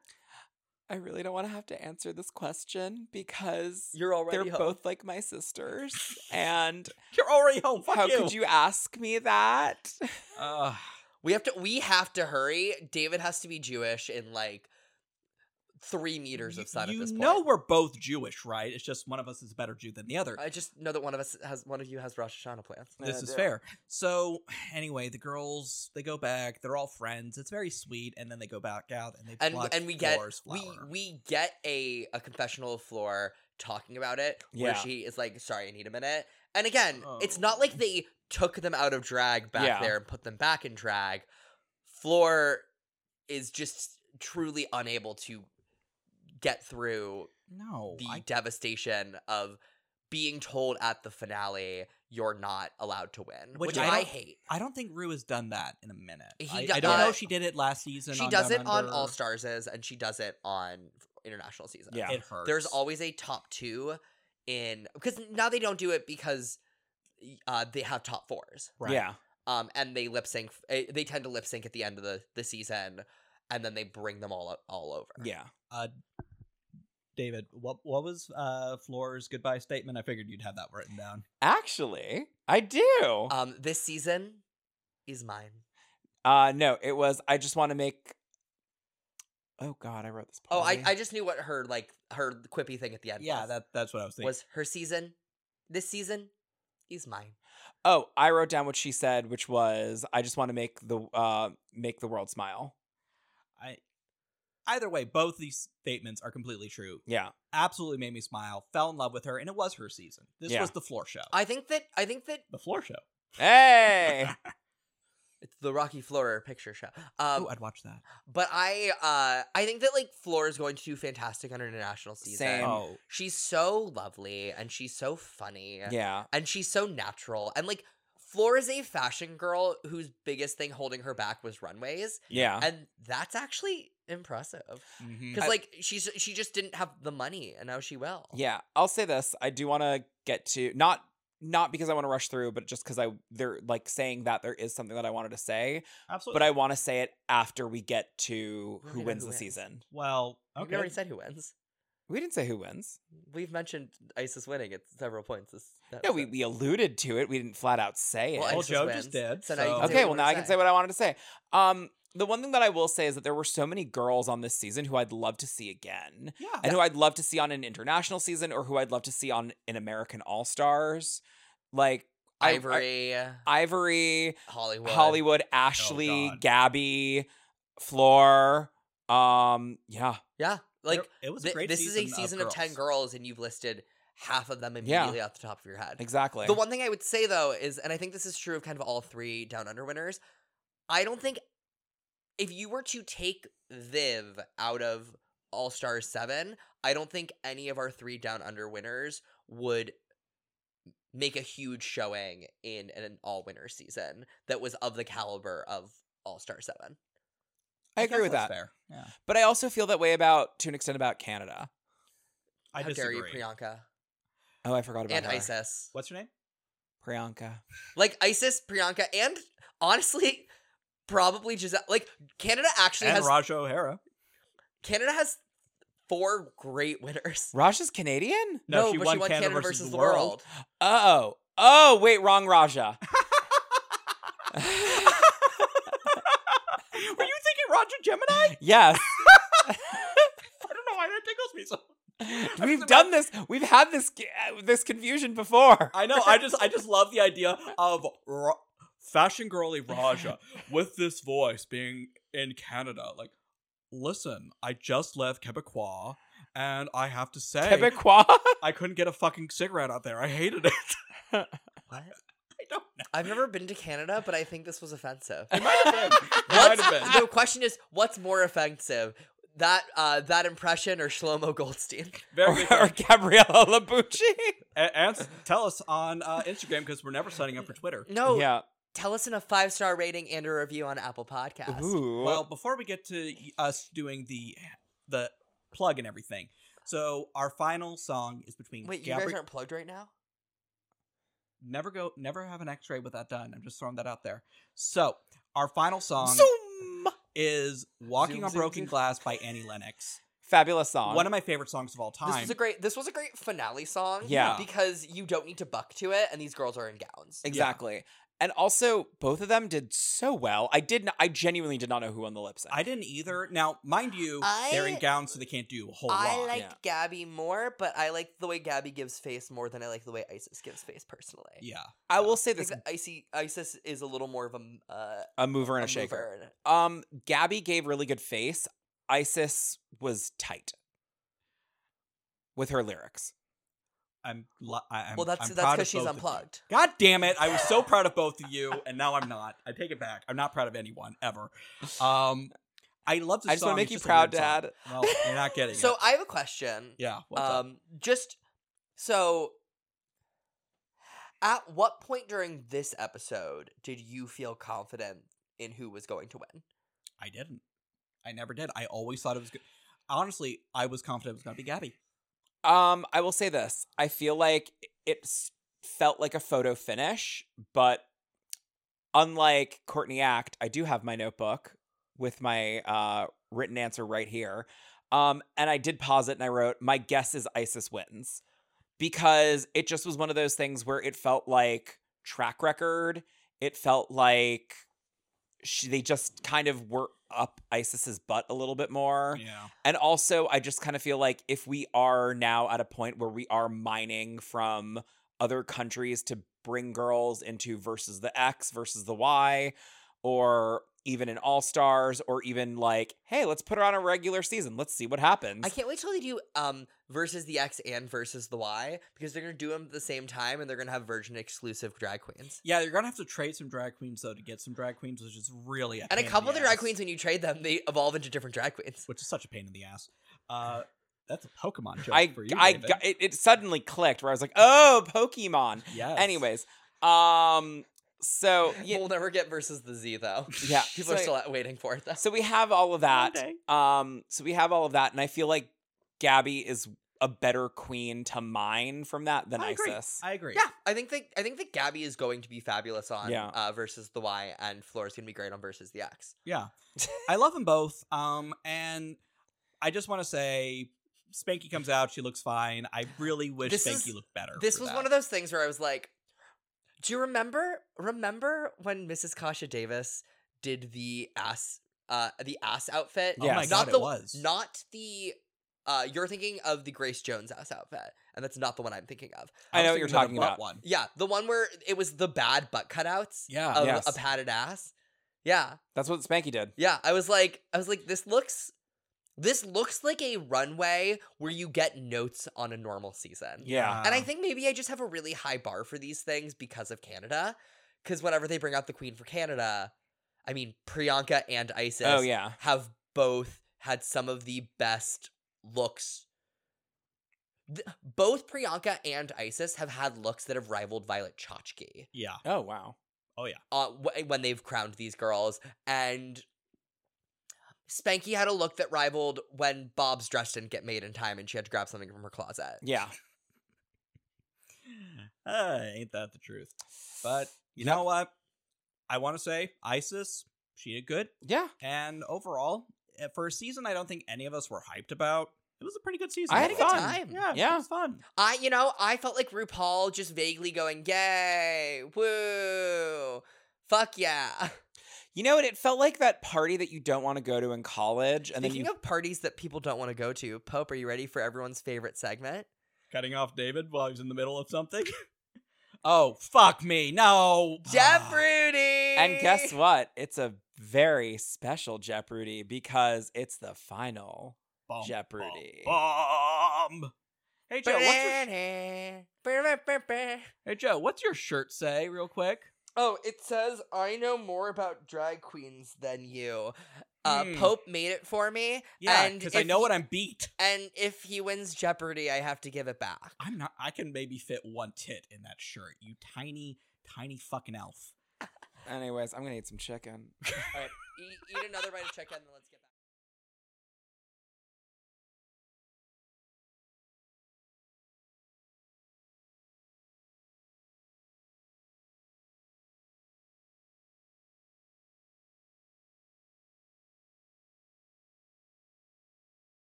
I really don't want to have to answer this question because
You're already
they're
home.
both like my sisters. And
You're already home. Fuck
how
you.
could you ask me that?
Ugh.
We have to. We have to hurry. David has to be Jewish in like three meters
you
of sun
you
at this point.
know we're both Jewish, right? It's just one of us is a better Jew than the other.
I just know that one of us has one of you has Rosh Hashanah plans.
this is fair. So anyway, the girls they go back. They're all friends. It's very sweet, and then they go back out and they
and
pluck
and we get
Flora's
we
flower.
we get a a confessional of floor talking about it where
Yeah.
she is like sorry i need a minute and again
Oh.
it's not like they took them out of drag back
Yeah.
there and put them back in drag floor is just truly unable to get through
no.
the
Oh, I,
devastation of being told at the finale you're not allowed to win
Which
which,
I
I,
don't-
hate
I don't think Rue has done that in a minute.
He
I,
do-
I don't
uh,
know if she did it last season.
she
on
does
Down
it on
Under.
all stars and she does it on international season
Yeah.
It hurts.
there's always a top two in because now they don't do it because uh, they have top fours
Right.
Yeah.
um and they lip sync eh, they tend to lip sync at the end of the, the season and then they bring them all o- all over
Yeah.
David, what what was uh Floor's goodbye statement? I figured you'd have that written down.
Actually, I do.
um this season is mine
Uh no, it was I just want to make Oh god, I wrote this
oh I,
poorly.
I just knew what her like her quippy thing at the end
Yeah,
was,
that that's what I was thinking.
was her season this season is mine
Oh, I wrote down what she said, which was I just want to make the uh make the world smile.
I either way, both these statements are completely true.
Yeah.
Absolutely made me smile. Fell in love with her, and it was her season. This
Yeah.
was the floor show.
i think that i think that
the floor show.
Hey.
it's the rocky floor picture show um
Ooh, I'd watch that.
But I uh I think that like Floor is going to do fantastic on her international season.
Same.
Oh,
She's so lovely and she's so funny.
yeah.
And she's so natural. And like Floor is a fashion girl whose biggest thing holding her back was runways,
Yeah.
and that's actually impressive.
Mhm.
Because
Uh-huh. I-
like she's she just didn't have the money, and now she will.
Yeah, I'll say this. I do want to get to not not because I want to rush through, but just because I they're like saying that there is something that I wanted to say,
Absolutely.
but I want to say it after we get to
We
who
know
wins
who
the
wins.
season.
well,
we
okay.
already said who wins.
We didn't say who wins.
We've mentioned ISIS winning at several points. This
No, we
episode.
we alluded to it. We didn't flat out say it.
Well,
Well,
ISIS
Joe
wins,
just did,
So now you
so-
can
okay,
say what
well
you
now
wanna
I can say what I wanted to say. Um, the one thing that I will say is that there were so many girls on this season who I'd love to see again.
yeah.
and who I'd love to see on an international season or who I'd love to see on an American All Stars, like I- I-
Ivory,
Ivory,
Hollywood, Oh,
Hollywood, Ashley,
God.
Gabby, Floor. Um, yeah,
Yeah, like
There- it was a
thi-
great
this
season
is a season of, ten girls, and you've listed half of them
Yeah.
immediately off the top of your head.
exactly.
The one thing I would say though is, and I think this is true of kind of all three Down Under winners, I don't think if you were to take Viv out of All Star Seven, I don't think any of our three Down Under winners would make a huge showing in an All Winner season that was of the caliber of All Star Seven.
I agree with that,
Fair. Yeah.
but I also feel that way about to an extent about Canada.
I
How
disagree.
dare you, Priyanka
Oh, I forgot about
and
her.
Isis?
What's your name?
Priyanka.
Like Isis, Priyanka, and honestly, probably Giselle. Like Canada actually
and
has
Raj O'Hara.
Canada has four great winners.
Raj is Canadian.
No, she, won Canada, versus, the world.
Oh, oh, wait, wrong, Raja.
Were you thinking Roger Gemini?
yes,
I don't know why that tickles me so.
we've done this. We've had this uh, this confusion before.
I know. I just I just love the idea of Ra- fashion girly Raja with this voice being in Canada. Like, listen, I just left Quebecois, and I have to say,
Quebecois.
I couldn't get a fucking cigarette out there. I hated it.
What?
I don't know.
I've never been to Canada, but I think this was offensive.
It might have been. It might
What's-
have been.
The question is, what's more offensive, that uh, that impression or Shlomo Goldstein?
Very good.
or, or Gabriella Labucci.
A- ans- tell us on uh, Instagram because we're never signing up for Twitter.
No,
yeah.
tell us in a five star rating and a review on Apple Podcasts.
Ooh.
Well, before we get to us doing the the plug and everything, so our final song is between
Wait, you
Gabri-
guys aren't plugged right now?
never go never have an x-ray with that done i'm just throwing that out there so our final song
Zoom.
is walking
Zoom,
on
zoom,
broken
zoom.
glass by annie lennox
Fabulous song.
one of my favorite songs of all
This
time
was a great. This was a great finale song.
Yeah.
because you don't need to buck to it, and these girls are in gowns.
exactly. And also, both of them did so well. I did. Not, I genuinely did not know who won the lip sync.
i didn't either now mind you they're in
I-
gowns so they can't do a whole
I
lot
like
Yeah.
Gabby more, but I like the way Gabby gives face more than I like the way Isis gives face personally.
yeah
I will say
I think
this:
that Icy Isis is a little more of a m- uh,
a mover and a,
a
shaker.
mover.
Um, Gabby gave really good face. Isis was tight with her lyrics.
i'm lo- I, am
Well, that's
I'm
that's
proud
because
of
she's
both of you.
unplugged.
god damn it i was so proud of both of you and now i'm not i take it back i'm not proud of anyone ever um i love this
I just
want
want to make you proud, Dad.
well you're not getting
So
it.
I have a question.
yeah what's up?
Um, just so, at what point during this episode did you feel confident in who was going to win?
I didn't. I never did. I always thought it was good. Honestly, I was confident it was going to be Gabby.
Um, I will say this. I feel like it s- felt like a photo finish, but unlike Courtney Act, I do have my notebook with my uh, written answer right here. Um, and I did pause it and I wrote, My guess is ISIS wins because it just was one of those things where it felt like track record. It felt like she, they just kind of were up Isis's butt a little bit more.
Yeah.
And also, I just kind of feel like if we are now at a point where we are mining from other countries to bring girls into versus the X versus the Y, or even in All Stars, or even like, hey, let's put her on a regular season. Let's see what happens.
I can't wait till they do um versus the X and versus the Y because they're gonna do them at the same time and they're gonna have Virgin exclusive drag queens.
Yeah, you're going to have to trade some drag queens, though, to get some drag queens, which is really a
And a
pain in
couple of the drag
ass,
queens, when you trade them, they evolve into different drag queens.
Which is such a pain in the ass. Uh, that's a Pokemon joke
I,
for you.
I,
David.
got- it, it suddenly clicked where I was like, oh, Pokemon.
Yes.
Anyways, um, So yeah,
We'll never get versus the Z though.
yeah.
People are
so-
still out waiting for it though.
So we have all of that.
Someday.
Um, so we have all of that, and I feel like Gabby is a better queen to mine from that than
I agree.
Isis.
I agree.
Yeah, I think that I think that Gabby is going to be fabulous on
Yeah.
uh, versus the Y, and Flora's gonna be great on versus the X.
Yeah. I love them both. Um, and I just want to say Spanky comes out. She looks fine. I really wish
This
Spanky
is-
looked better.
This
for
was
that.
one of those things where I was like, "Do you remember? Remember when Mrs. Kasha Davis did the ass, uh, the ass outfit?
Oh my
Yes.
not
God, it
the
was.
not the. Uh, you're thinking of the Grace Jones ass outfit, and that's not the one I'm thinking of.
I know
was
what you're
thinking
talking
the butt
about.
One.
Yeah, the one where it was the bad butt cutouts
Yeah.
of
yes.
a padded ass. Yeah,
That's what Spanky did.
yeah. I was like, I was like, this looks, this looks like a runway where you get notes on a normal season.
Yeah.
And I think maybe I just have a really high bar for these things because of Canada. Because whenever they bring out the queen for Canada, I mean, Priyanka and Isis
Oh yeah.
have both had some of the best looks. Th- both Priyanka and Isis have had looks that have rivaled Violet Chachki
yeah.
Oh wow.
uh, wh- when they've crowned these girls. And Spanky had a look that rivaled when Bob's dress didn't get made in time and she had to grab something from her closet.
Yeah.
Uh, ain't that the truth? But you know what? I want to say Isis. She did good.
Yeah.
And overall, uh, for a season, I don't think any of us were hyped about. It was a pretty good season.
I had a good
overall.
time.
Yeah,
Yeah.
it was fun.
I, you know, I felt like RuPaul just vaguely going, yay, woo, fuck yeah.
You know what? It felt like that party that you don't want to go to in college, and
Thinking
then you.
of parties that people don't want to go to, Pope, are you ready for everyone's favorite segment?
Cutting off David while he's in the middle of something. Ah, oh fuck me! No,
Jeff Rudy!
and guess what? It's a very special Jeopardy because it's the final
Bum,
Jeopardy.
Bum, bum. Hey Joe, what's your, hey Joe, what's your shirt say, real quick?
Oh, it says, I know more about drag queens than you. Uh,
Hmm.
Pope made it for me.
Yeah,
And
because I
if
know
you-
what I'm beat.
And if he wins Jeopardy, I have to give it back.
I'm not. I can maybe fit one tit in that shirt. You tiny, tiny fucking elf.
Anyways, I'm gonna eat some chicken.
All right, eat, E-, eat another bite of chicken, then let's get back.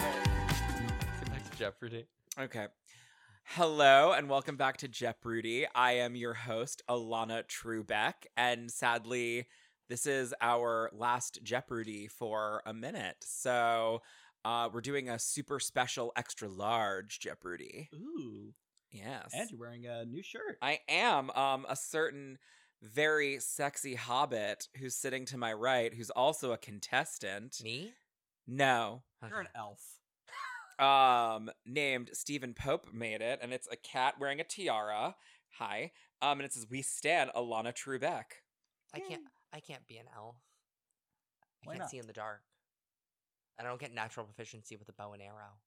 Get back to Jeopardy.
Okay. Hello and welcome back to Jeopardy. I am your host, Alana Trubeck, and sadly, this is our last Jeopardy for a minute. So uh, we're doing a super special extra large Jeopardy.
Ooh,
Yes.
and you're wearing a new shirt.
I am um, a certain very sexy hobbit who's sitting to my right, who's also a contestant.
Me?
No.
You're an elf.
um, named Stephen Pope made it, and it's a cat wearing a tiara. Hi. Um, and it says, We stand Alana Trubeck.
I can't. I can't be an elf. I
Why
can't
not?
see in the dark. And I don't get natural proficiency with a bow and arrow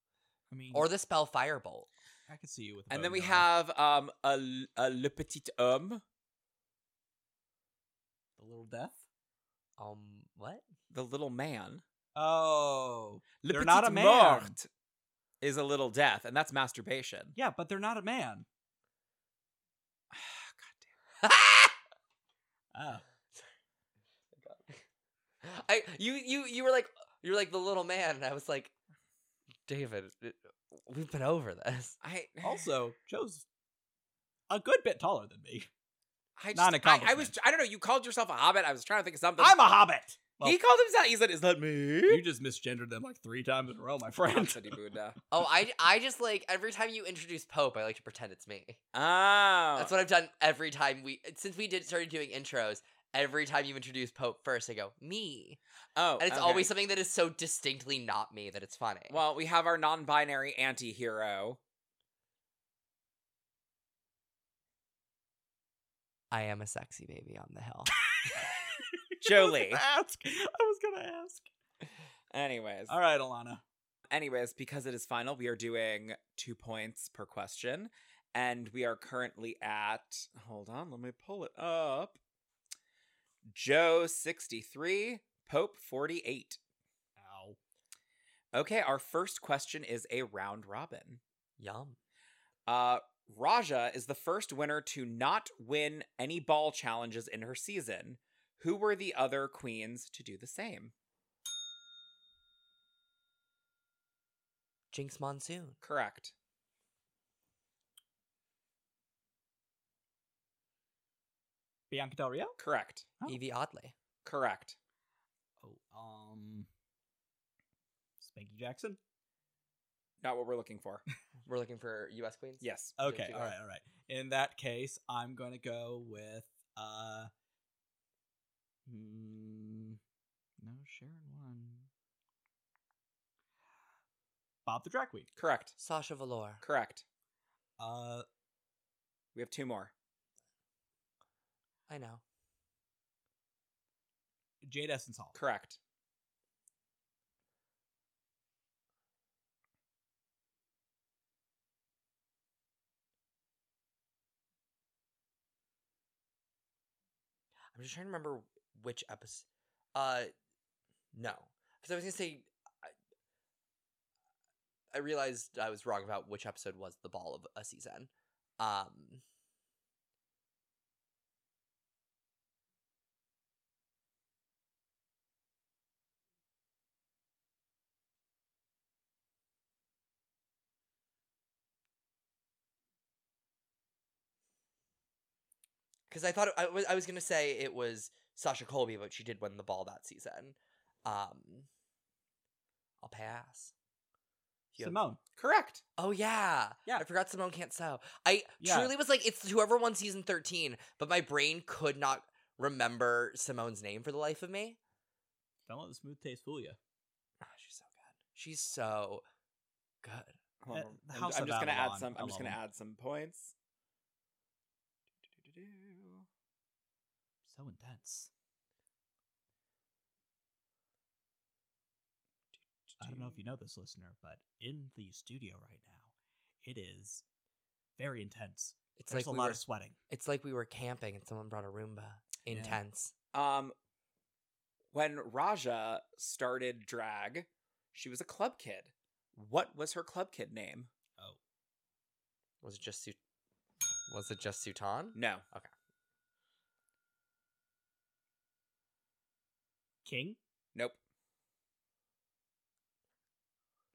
I mean,
or the spell firebolt.
I can see you with. a bow
And then we
your
have um, a, l- a Le Petit Homme,
the little death.
Um, what?
the little man.
Oh,
Le
They're
Petit
not a man.
Mort is a little death, and that's masturbation.
yeah, but they're not a man. Oh,
I you you you were like you were like the little man, and I was like, David, it- we've been over this.
I
also Joe's a good bit taller than me.
I just,
not an
I, I was
accomplishment.
I don't know. You called yourself a hobbit. I was trying to think of something.
I'm a hobbit. Well-
he called himself. He said, "Is that me?"
You just misgendered them like three times in a row, my friend.
City Buddha.
Oh, I, I just like every time you introduce Pope, I like to pretend it's me.
Oh,
That's what I've done every time we since we did started doing intros. Every time you introduce Pope first, I go me,
oh,
and it's
okay.
always something that is so distinctly not me that it's funny.
Well, we have our non-binary anti-hero.
I am a sexy baby on the hill.
Jolie.
I was gonna ask. I was gonna ask.
Anyways,
All right, Alana.
anyways, because it is final, we are doing two points per question, and we are currently at. Hold on, let me pull it up. Joe sixty three, Pope forty eight.
Ow.
Okay, our first question is a round robin.
Yum.
Uh, Raja is the first winner to not win any ball challenges in her season. Who were the other queens to do the same?
Jinx Monsoon.
Correct.
Bianca Del Rio.
Correct.
Oh.
Evie Oddly.
Correct.
Oh, um, Spanky Jackson.
Not what we're looking for.
We're looking for U.S. queens.
Yes.
Okay,
you
all
are.
right, all right. In that case, I'm gonna go with uh, hmm, no Sharon one. Bob the Drag Queen.
Correct.
Sasha Valor.
Correct.
Uh,
We have two more.
I know.
Jade Essence Hall.
Correct.
I'm just trying to remember which episode. Uh, no, because I was gonna say. I- I realized I was wrong about which episode was the ball of a season. Um, because I thought I was I was gonna say it was Sasha Colby, but she did win the ball that season. Um, I'll pass. You have-
Simone.
Correct.
Oh yeah,
Yeah.
I forgot Simone can't sew. I
Yeah.
truly was like, it's whoever won season thirteen, but my brain could not remember Simone's name for the life of me.
Don't let the smooth taste fool you.
Ah, she's so good. She's so good.
Hold
Uh,
on.
the
I'm-
House
I'm,
of
just gonna add
Avalon
some. I'm just gonna
alone.
add some points.
So intense. I don't know if you know this, listener, but in the studio right now, it is very intense.
It's
There's
like we
a lot
were,
of sweating.
it's like we were camping and someone brought a Roomba.
Yeah.
Intense.
Um, when Raja started drag, she was a club kid. What was her club kid name?
Oh,
Was it just Su- Was it just Sutan?
No.
King.
Nope.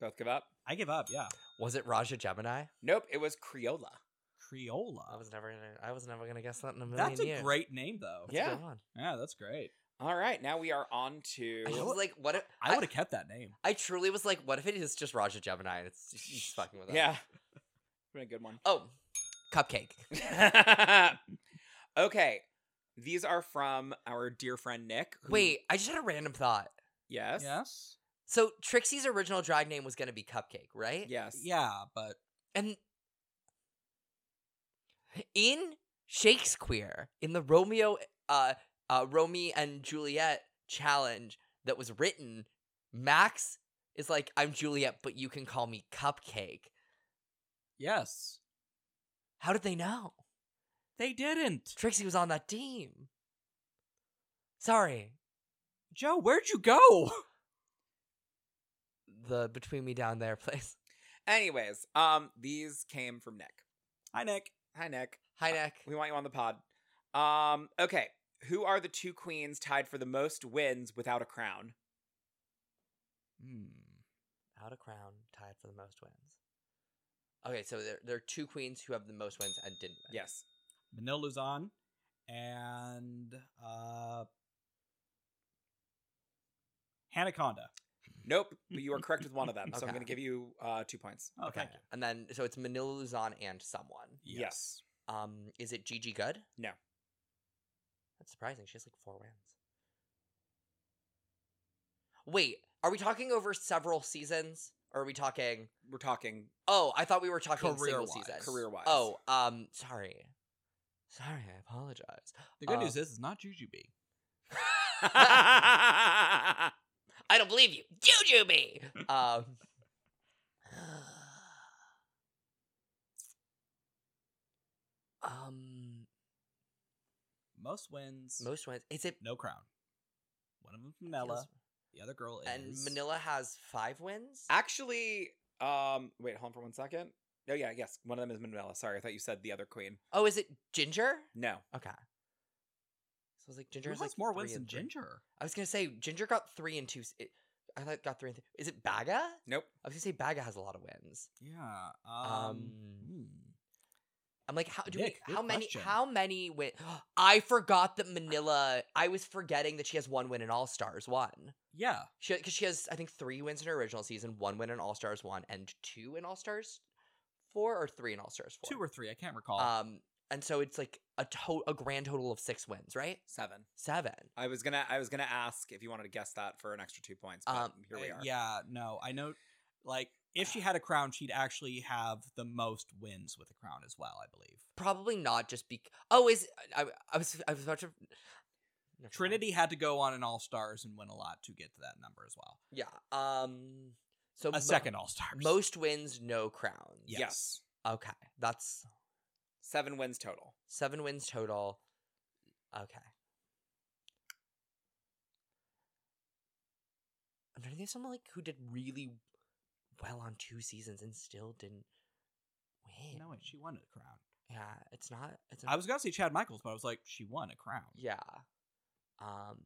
Both give up.
I give up. Yeah,
Was it Raja Gemini?
Nope. It was Creola.
I
Creola.
was never gonna. I was never gonna guess that in a million
That's a
years.
great name, though.
That's a
Yeah.
good one.
Yeah, that's great.
All right. Now we are on to.
I was like, what if
I would have kept that name.
I truly was like, what if it is just Raja Gemini and it's she's fucking with us?
yeah. Been a good one.
Oh, cupcake.
okay. These are from our dear friend Nick. who-
Wait, I just had a random thought.
Yes.
Yes.
So Trixie's original drag name was gonna be Cupcake, right?
Yes.
Yeah, but
And in Shakespeare, in the Romeo, uh, uh, Romeo and Juliet challenge that was written, Max is like, "I'm Juliet, but you can call me Cupcake."
yes,
How did they know?
they didn't.
Trixie was on that team. Sorry,
Joe, where'd you go?
the between me down there place.
Anyways, um, these came from Nick.
Hi, Nick.
Hi, Nick.
Hi, Nick.
We want you on the pod. Um, okay. Who are the two queens tied for the most wins without a crown?
Hmm. Out of crown, tied for the most wins. Okay, so there, there are two queens who have the most wins and didn't win.
Yes.
Manil Luzon and uh, Hanaconda.
Nope, but you are correct with one of them. So I'm
Okay.
going to give you uh, two points.
Oh,
Okay.
thank you.
And then so it's Manila Luzon and someone.
Yes.
Um, is it Gigi Good?
No.
That's surprising. She has like four wins. Wait, are we talking over several seasons? Or are we talking
We're talking.
Oh, I thought we were talking single
Career-wise.
season.
Career-wise.
Oh, um, sorry. Sorry, I apologize.
The good
Uh,
news is it's not Jujubee.
I don't believe you. Jujube! Um Um
Most wins,
most wins. Is it
no crown. One of them Manila. The other girl is
And Manila has five wins.
Actually, um, wait, hold on for one second. Oh yeah, yes, one of them is Manuela. Sorry, I thought you said the other queen.
Oh, is it Ginger?
No,
Okay. So I was like, Ginger
Who
has
has
like
more
three
wins than
and three.
Ginger?
I was gonna say Ginger got three and two. s- It, I thought it got three and three. Is it Baga? I
nope.
was gonna say Baga has a lot of wins.
Yeah.
Um,
Um. hmm.
I'm like, how do
Nick,
we?
good
How many?
question.
How many win? I forgot that Manila. I was forgetting that she has one win in All Stars one.
Yeah.
She because she has I think three wins in her original season, one win in All Stars one, and two in All Stars four or three in All Stars four.
Two or three. I can't recall.
Um, and so it's like a to- a grand total of six wins, right?
Seven.
Seven.
I was gonna, I was gonna ask if you wanted to guess that for an extra two points. But
Um,
here we
Uh,
are.
Yeah, no, I know. Like, if she had a crown, she'd actually have the most wins with a crown as well, I believe.
Probably not just be. Oh, is I, I was I was about to. Never mind.
Trinity had to go on an All Stars and win a lot to get to that number as well.
Yeah. Um. So
A
mo-
second All Stars.
Most wins, no crowns.
yes.
Yes.
Okay, that's
seven wins total.
seven wins total. Okay. I'm trying to think of someone like who did really well on two seasons and still didn't win.
No, wait, she won a crown.
Yeah, it's not. It's not
I was going to say Chad Michaels, but I was like, she won a crown.
Yeah. Um.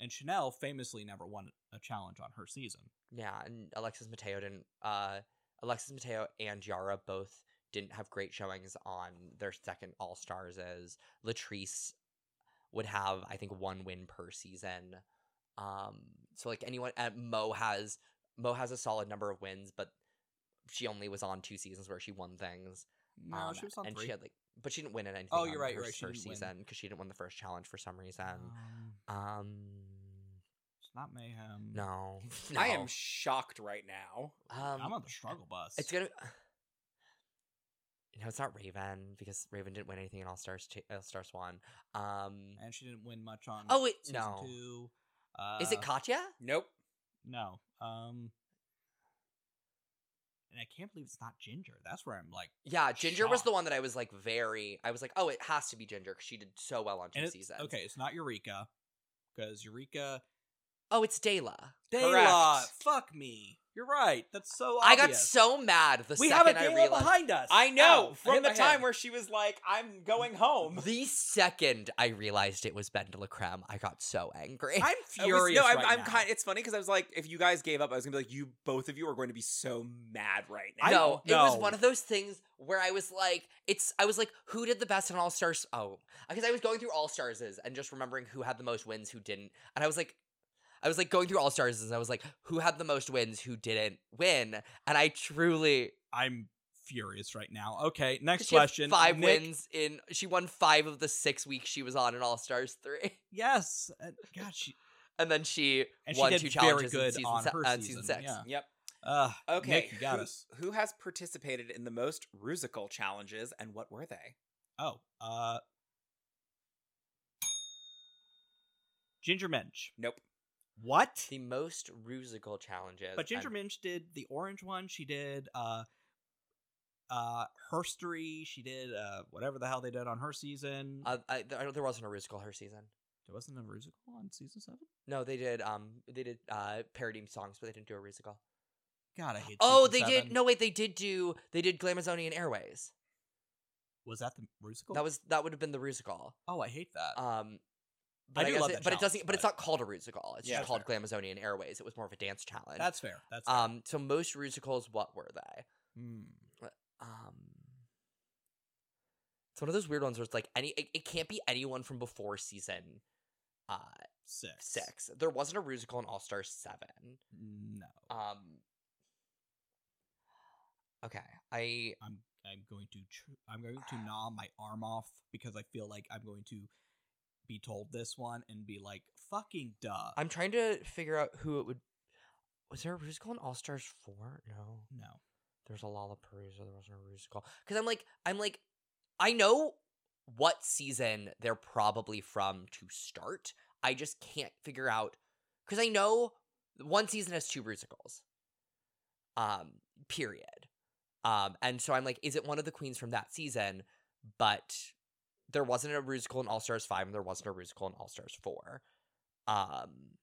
And Chanel famously never won a challenge on her season.
Yeah, and Alexis Mateo didn't. Uh, Alexis Mateo and Yara both didn't have great showings on their second All Stars. As Latrice would have, I think, one win per season. Um, so like anyone, and Mo has Mo has a solid number of wins, but she only was on two seasons where she won things.
No,
um,
she was on
and
three.
she had like, but she didn't win anything.
Oh, you're
on
right,
Her
you're right, she
first
didn't win.
season because she didn't win the first challenge for some reason.
Um,
Um,
it's not Mayhem.
no, no.
I am shocked right now.
um,
I'm on the struggle bus.
It's gonna. No, it's not Raven because Raven didn't win anything in All Stars two, All Stars one. Um,
And she didn't win much on
Oh, wait,
season
no.
two. Uh,
is it Katya?
Nope.
No. Um and I can't believe it's not Ginger. That's where I'm like
Yeah, Ginger was the
shocked.
one that I was like very. I was like, oh, it has to be Ginger because she did so well on two
and it-
seasons.
Okay, it's not Eureka cuz Eureka
Oh, it's Dayla.
Dayla. Fuck me. You're right. That's so obvious.
I got so mad the
We have a
second I
Dayla
realized.
behind us.
I know
Ow, I
from
hit
the
my
time
head.
where she was like, "I'm going home."
the second I realized it was Ben de la Creme, I got so angry.
I'm
I was-
furious.
no, I'm,
right
I'm
now.
kind. It's funny because I was like, if you guys gave up, I was gonna be like, you both of you are going to be so mad right now.
I-
no, it was
no.
one of those things where I was like, it's I was like, who did the best in All Stars? Oh, because I was going through All Stars and just remembering who had the most wins, who didn't, and I was like, I was like going through All Stars and I was like, who had the most wins, who didn't win, and I truly
I'm furious right now. Okay, next
she had
question.
five
Nick-
wins in she won five of the six weeks she was on in All Stars three,
Yes. Uh, God, she
and then she
and
won
she did
two
very
challenges in
good
season
on
se-
her
uh,
season.
season six.
Yeah.
Yep.
Uh,
Okay.
Nick, you got
who,
us.
who has participated in the most rusical challenges, and what were they?
Oh, uh Ginger Minch.
Nope.
What?
the most rusical challenges,
But Ginger
I'm-
Minch did the orange one. She did uh uh Herstory. She did uh whatever the hell they did on her season.
Uh, I, I don't, there wasn't a rusical her season.
there wasn't a musical on season seven.
No, they did. Um, they did uh parody songs, but they didn't do a musical.
God, I hate.
Oh, they
season
did.
seven.
No, wait, they did do. They did Glamazonian Airways.
was that the musical?
That was that would have been the musical.
Oh, I hate that.
Um, but
I
I,
do
guess
love
it,
that
but it doesn't.
challenge,
But it's
but-
not called a musical. It's
Yeah,
just called Glamazonian Airways. It was more of a dance challenge.
that's fair. That's fair.
um. So most musicals, what were they?
Hmm.
Um. It's one of those weird ones where it's like any. It, it can't be anyone from before season. Uh,
six.
six. There wasn't a Rusical in All Star seven.
No,
Um. Okay, I
I'm I'm going to tr- I'm going to gnaw my arm off because I feel like I'm going to be told this one and be like, "Fucking duh."
I'm trying to figure out who it would. Was there a Rusical in All Stars four? No,
no.
there's a Lollapalooza. There wasn't a Rusical because I'm like I'm like I know what season they're probably from to start. I just can't figure out because I know one season has two Rusicals. Um, period. Um, and so I'm like, is it one of the queens from that season? But there wasn't a Rusical in All Stars five, and there wasn't a Rusical in All Stars four. Um,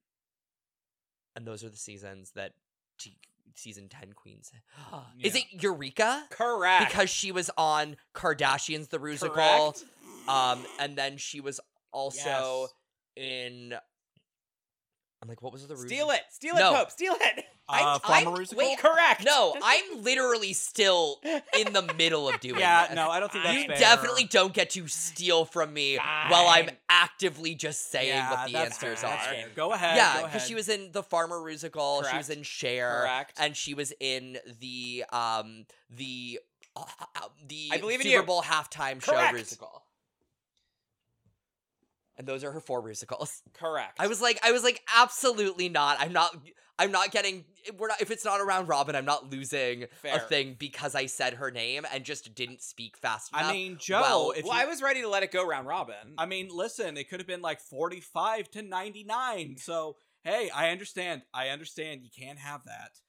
and those are the seasons that t- season ten queens. Is
Yeah.
it Eureka?
Ah.
Correct.
Because she was on Kardashians the Rusical,
Correct.
uh,
um, and then she was also
Yes.
in. I'm like, what was the
steal
Rusical-
it, steal it,
No.
Pope, steal it.
Uh,
I'm-
former
I'm-
Rusical?
wait,
Correct.
No, I'm literally still in the middle of doing.
Yeah,
this.
no, I don't think that's
You
fair.
Definitely don't get to steal from me while I'm
Fine.
actively just saying what the
that's
answers
fair, that's
are.
fair. Go ahead.
Yeah,
go
because she
ahead.
was in the Farmer Rusical, she was
Correct.
in Share,
correct.
and she was in the um the uh, uh, the
I believe in
Super
you.
Bowl halftime show
Correct.
musical. And those are her four musicals.
correct.
I was like, I was like, absolutely not. I'm not. I'm not getting. We're not. If it's not around Robin, I'm not losing
Fair.
a thing because I said her name and just didn't speak fast enough.
I mean, Joe.
well,
if
Well,
you-
I was ready to let it go round robin.
I mean, listen, it could have been like 45 to 99. So, hey, I understand. I understand. You can't have that.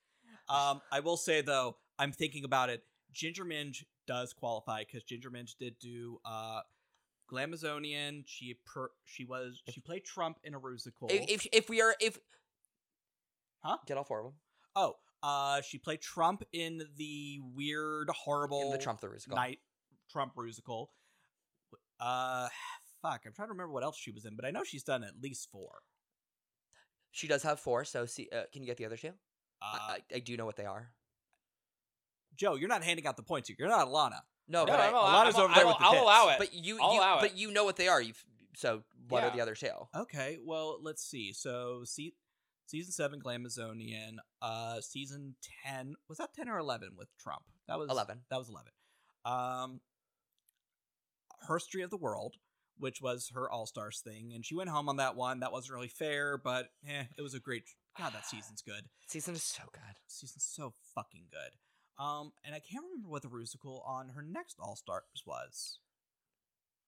Um, I will say, though, I'm thinking about it. Ginger Minge does qualify because Ginger Minge did do uh, Glamazonian. She per- she was she played Trump in a Rusical.
if, if if we are if
Huh?
get all four of them
oh, uh, she played Trump in the weird, horrible
in the Trump the musical.
night Trump Rusical. Uh, fuck, I'm trying to remember what else she was in, but I know she's done at least four.
She does have four. So see, uh, can you get the other two?
Uh,
I, I, I do know what they are.
Joe, you're not handing out the points here. You're not Alana.
No,
no,
but I-
I'm allowed,
Alana's
I'm,
over there
I'll,
with the
I'll
tits.
allow it.
But you,
I'll
you
allow
but
it.
you know what they are. You so what are
Yeah.
the other two?
Okay, well, let's see. So, see, season seven, Glamazonian. Uh, season ten was that ten or eleven with Trump? That was
11.
That was eleven. Um, Herstory of the World, which was her All Stars thing, and she went home on that one. That wasn't really fair, but eh, it was a great. God, that season's good.
Season is so good.
Season's so fucking good. Um, and I can't remember what the Rusical on her next All Stars was.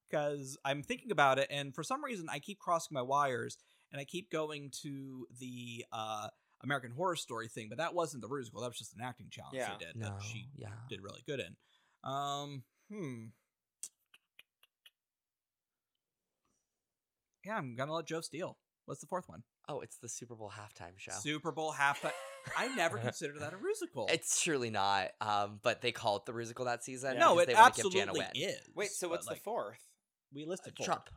Because I'm thinking about it, and for some reason, I keep crossing my wires, and I keep going to the uh, American Horror Story thing, but that wasn't the Rusical. That was just an acting challenge
Yeah.
she did
No,
that she
yeah.
did really good in. Um, hmm. Yeah, I'm gonna let Joe steal. What's the fourth one?
Oh, it's the Super Bowl halftime show.
Super Bowl halftime. I never considered that a Rusical.
It's surely not. Um, but they call it the musical that season.
Yeah.
No,
because
it
they wanna give
absolutely
Jan a win.
is.
Wait, so
but,
what's
like,
the fourth?
We
Uh,
listed four.
Trump.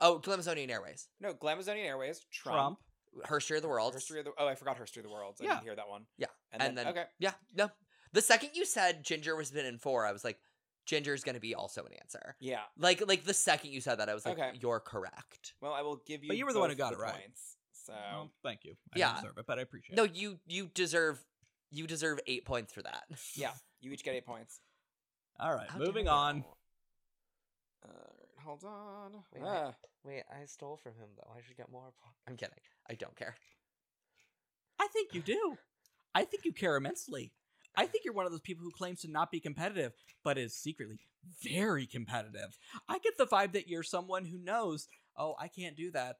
Oh, Glamazonian Airways.
No, Glamazonian Airways, Trump,
Trump.
Her Story of the World.
History of the Oh, I forgot History of the World. I
Yeah.
didn't hear that one.
Yeah,
and,
and
then,
then-
okay,
Yeah, no. The second you said Ginger was been in four, I was like, Ginger's gonna be also an answer.
yeah.
Like, like the second you said that, I was like,
Okay.
you're correct.
Well, I will give you.
you were the one
both
who got it right.
Points, so
Well, thank you. I
Yeah.
don't deserve it, but I appreciate
No,
it.
you you deserve you deserve eight points for that.
yeah, you each get eight points.
All right,
How
moving
dare you.
on.
All right, Uh, hold on.
Wait,
Ah.
Wait, I stole from him though. I should get more points. I'm kidding. I don't care.
I think you do. I think you care immensely. I think you're one of those people who claims to not be competitive, but is secretly very competitive. I get the vibe that you're someone who knows, oh, I can't do that.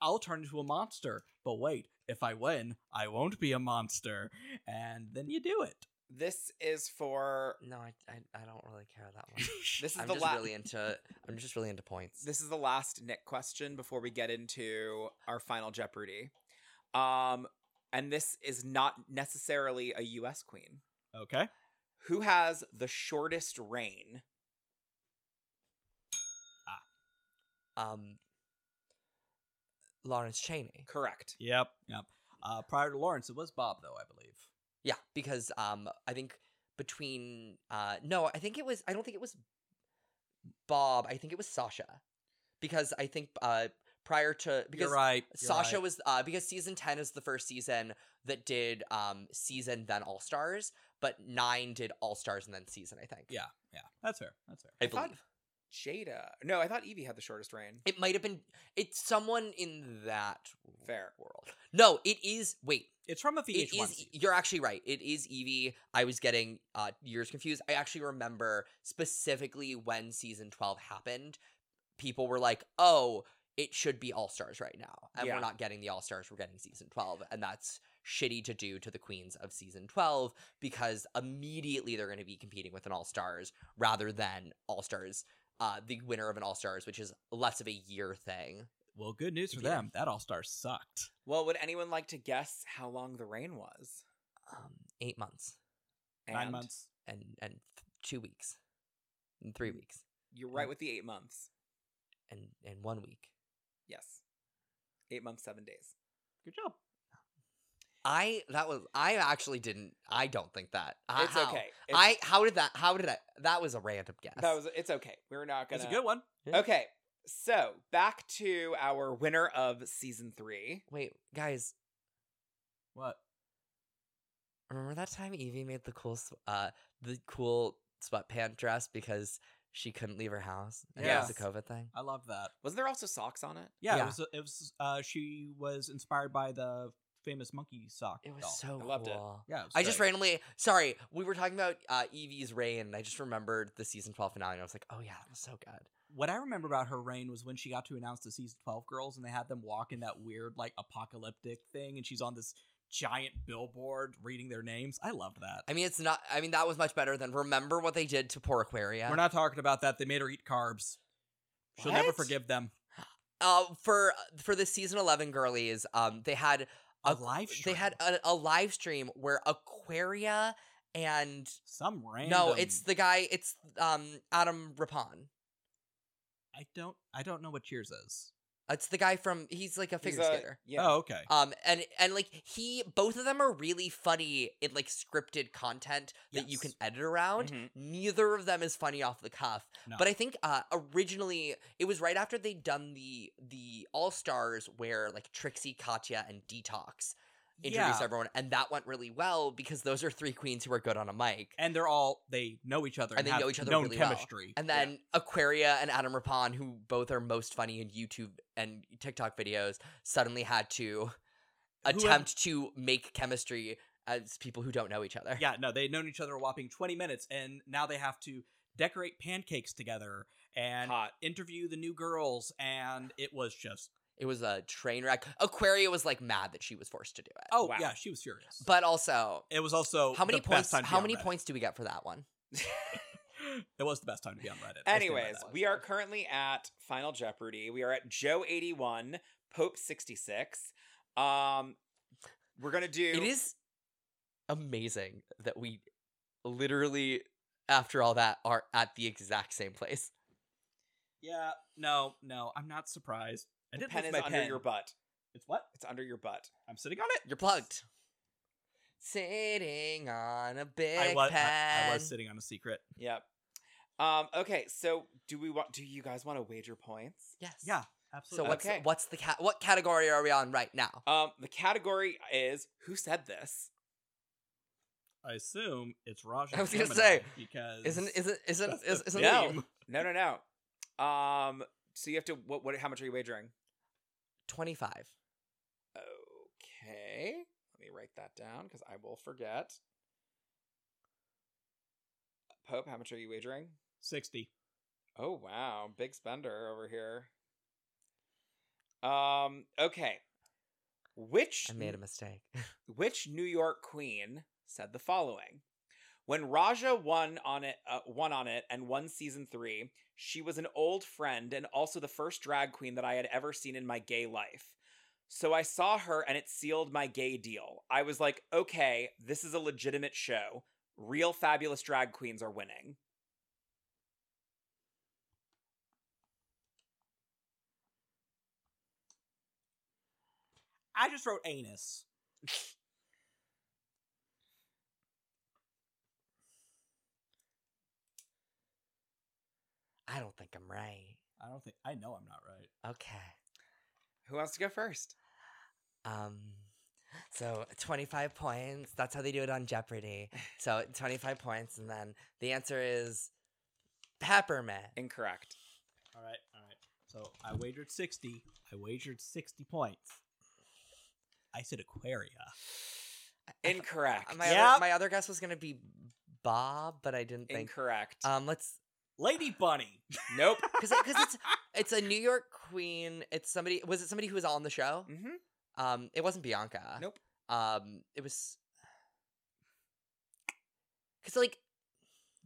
I'll turn into a monster. But wait, if I win, I won't be a monster. And then you do it.
This is for
No, I I, I don't really care that much.
this is
I'm
the
just
last.
really into I'm just really into points.
This is the last Nick question before we get into our final Jeopardy. Um, and this is not necessarily a U.S. queen.
Okay.
Who has the shortest reign?
um Lawrence Cheney.
Correct.
Yep. Yep. Uh, prior to Lawrence, it was Bob, though, I believe.
Yeah, because um I think between uh no, I think it was I don't think it was Bob. I think it was Sasha. Because I think uh prior to because
You're right. you're
Sasha
right.
was uh, because season ten is the first season that did um season then All Stars, but nine did All Stars and then season. I think.
Yeah. Yeah, that's fair. That's fair.
I
I thought
believe
Jada. No, I thought Evie had the shortest reign.
it might have been it's someone in that
Fair.
world. No, it is. Wait,
It's from a VH1.
it is. e-
season.
You're actually right. It is Evie. I was getting uh years confused. I actually remember specifically when season twelve happened. People were like, "Oh, it should be All Stars right now, and
Yeah.
we're not getting the All Stars. We're getting season twelve, and that's." Shitty to do to the queens of season 12 because immediately they're going to be competing with an All Stars rather than All Stars, uh, the winner of an All Stars, which is less of a year thing.
Well, good news for
Yeah.
them. That All Star sucked.
Well, would anyone like to guess how long the reign was?
Um, eight months.
Nine
And
months.
and and th- two weeks and three weeks
You're right with the eight months.
and and one week
Yes. Eight months, seven days.
Good job.
i that was i actually didn't i don't think that I,
It's
how?
okay. It's-
i how did that how did i that was a random guess
that was it's okay. We're not gonna
That's a good one.
Okay. So back to our winner of season three.
wait guys
What?
remember that time evie made the cool sw- uh the cool sweatpant dress because she couldn't leave her house and it
Yes.
was a covid thing
I love that.
Wasn't there also socks on it?
Yeah,
Yeah.
it was. It was. Uh, she was inspired by the famous monkey sock.
it was
doll.
so
I loved it.
cool
Yeah, it was
I just
great.
randomly, sorry, we were talking about uh, Evie's reign, and I just remembered the season 12 finale, and I was like, oh yeah, that was so good.
What I remember about her reign was when she got to announce the season twelve girls, and they had them walk in that weird like apocalyptic thing, and she's on this giant billboard reading their names. I loved that.
I mean, it's not. I mean, that was much better than remember what they did to poor Aquaria.
We're not talking about that. They made her eat carbs. She'll never
What?
forgive them.
Uh, for for the season eleven girlies, um, they had
A live stream.
they had a, a live stream where Aquaria and
some random.
no, it's the guy, it's um Adam Rapon.
I don't. I don't know what Cheers is.
It's the guy from he's like a
He's
figure
a-
skater.
yeah.
Oh, okay.
Um, and and like he, both of them are really funny in like scripted content that you
Yes. Mm-hmm.
can edit around.
Mhm.
Neither of them is funny off the cuff.
No.
But I think uh, originally it was right after they'd done the the All Stars where like Trixie, Katya, and Detox introduced
Yeah.
everyone, and that went really well because those are three queens who are good on a mic.
and they're all they know each other
And
and,
they
have
know each other
known
really well.
chemistry.
And then Aquaria and Adam Rapon, who both are most funny in YouTube and TikTok videos, suddenly had to
have-
attempt to make chemistry as people who don't know each other.
yeah, no, they'd known each other a whopping twenty minutes, and now they have to decorate pancakes together and
Hot.
interview the new girls, and it was just
It was a train wreck. Aquaria was like mad that she was forced to do it.
oh
Wow.
yeah, she was furious.
But also,
it was also
how many
the
points
best time to be
how
on
many
Reddit.
points do we get for that one?
It was the best time to be on Reddit. I stand by
Anyways,
that.
we are currently at Final Jeopardy. We are at Joe 81, Pope 66. Um we're going to do
It is amazing that we literally after all that are at the exact same place.
yeah. No, no, I'm not surprised. I
the
didn't
pen
lose
is
my
under
pen.
your butt.
It's what
It's under your butt.
I'm sitting on it.
You're plugged. Sitting on a big
I was I,
pen.
I was sitting on a secret.
Yep. Um okay, so do we want do you guys want to wager points?
Yes.
Yeah,
So
absolutely.
what's
Okay.
what's the cat? What category are we on right now?
Um the category is who said this?
I assume it's Raja.
I was gonna
Gemini
say,
because
Isn't isn't isn't
that's the
is, isn't
No.
theme.
No, no, no. Um so you have to what what how much are you wagering?
twenty five?
Okay. Let me write that down because I will forget. Pope, how much are you wagering?
sixty?
Oh wow, big spender over here. Um, okay. Which
I made a mistake.
which New York queen said the following? When Raja won on it, uh, won on it, and won season three, she was an old friend and also the first drag queen that I had ever seen in my gay life. So I saw her, and it sealed my gay deal. I was like, okay, this is a legitimate show. Real fabulous drag queens are winning.
I just wrote anus.
I don't think I'm right.
I don't think I know I'm not right.
Okay.
Who wants to go first?
Um, so 25 points. That's how they do it on Jeopardy. So 25 points, and then the answer is peppermint.
Incorrect.
All right, all right. So I wagered 60. I wagered 60 points. I said Aquaria.
Incorrect.
Uh, My,
Yep.
other, my other guess was gonna be Bob, but I didn't think.
Incorrect.
Um, let's
Lady Bunny.
nope.
because because it's it's a New York queen. It's somebody. Was it somebody who was on the show?
hmm
Mm.
Um, it wasn't Bianca.
Nope.
Um, it was because like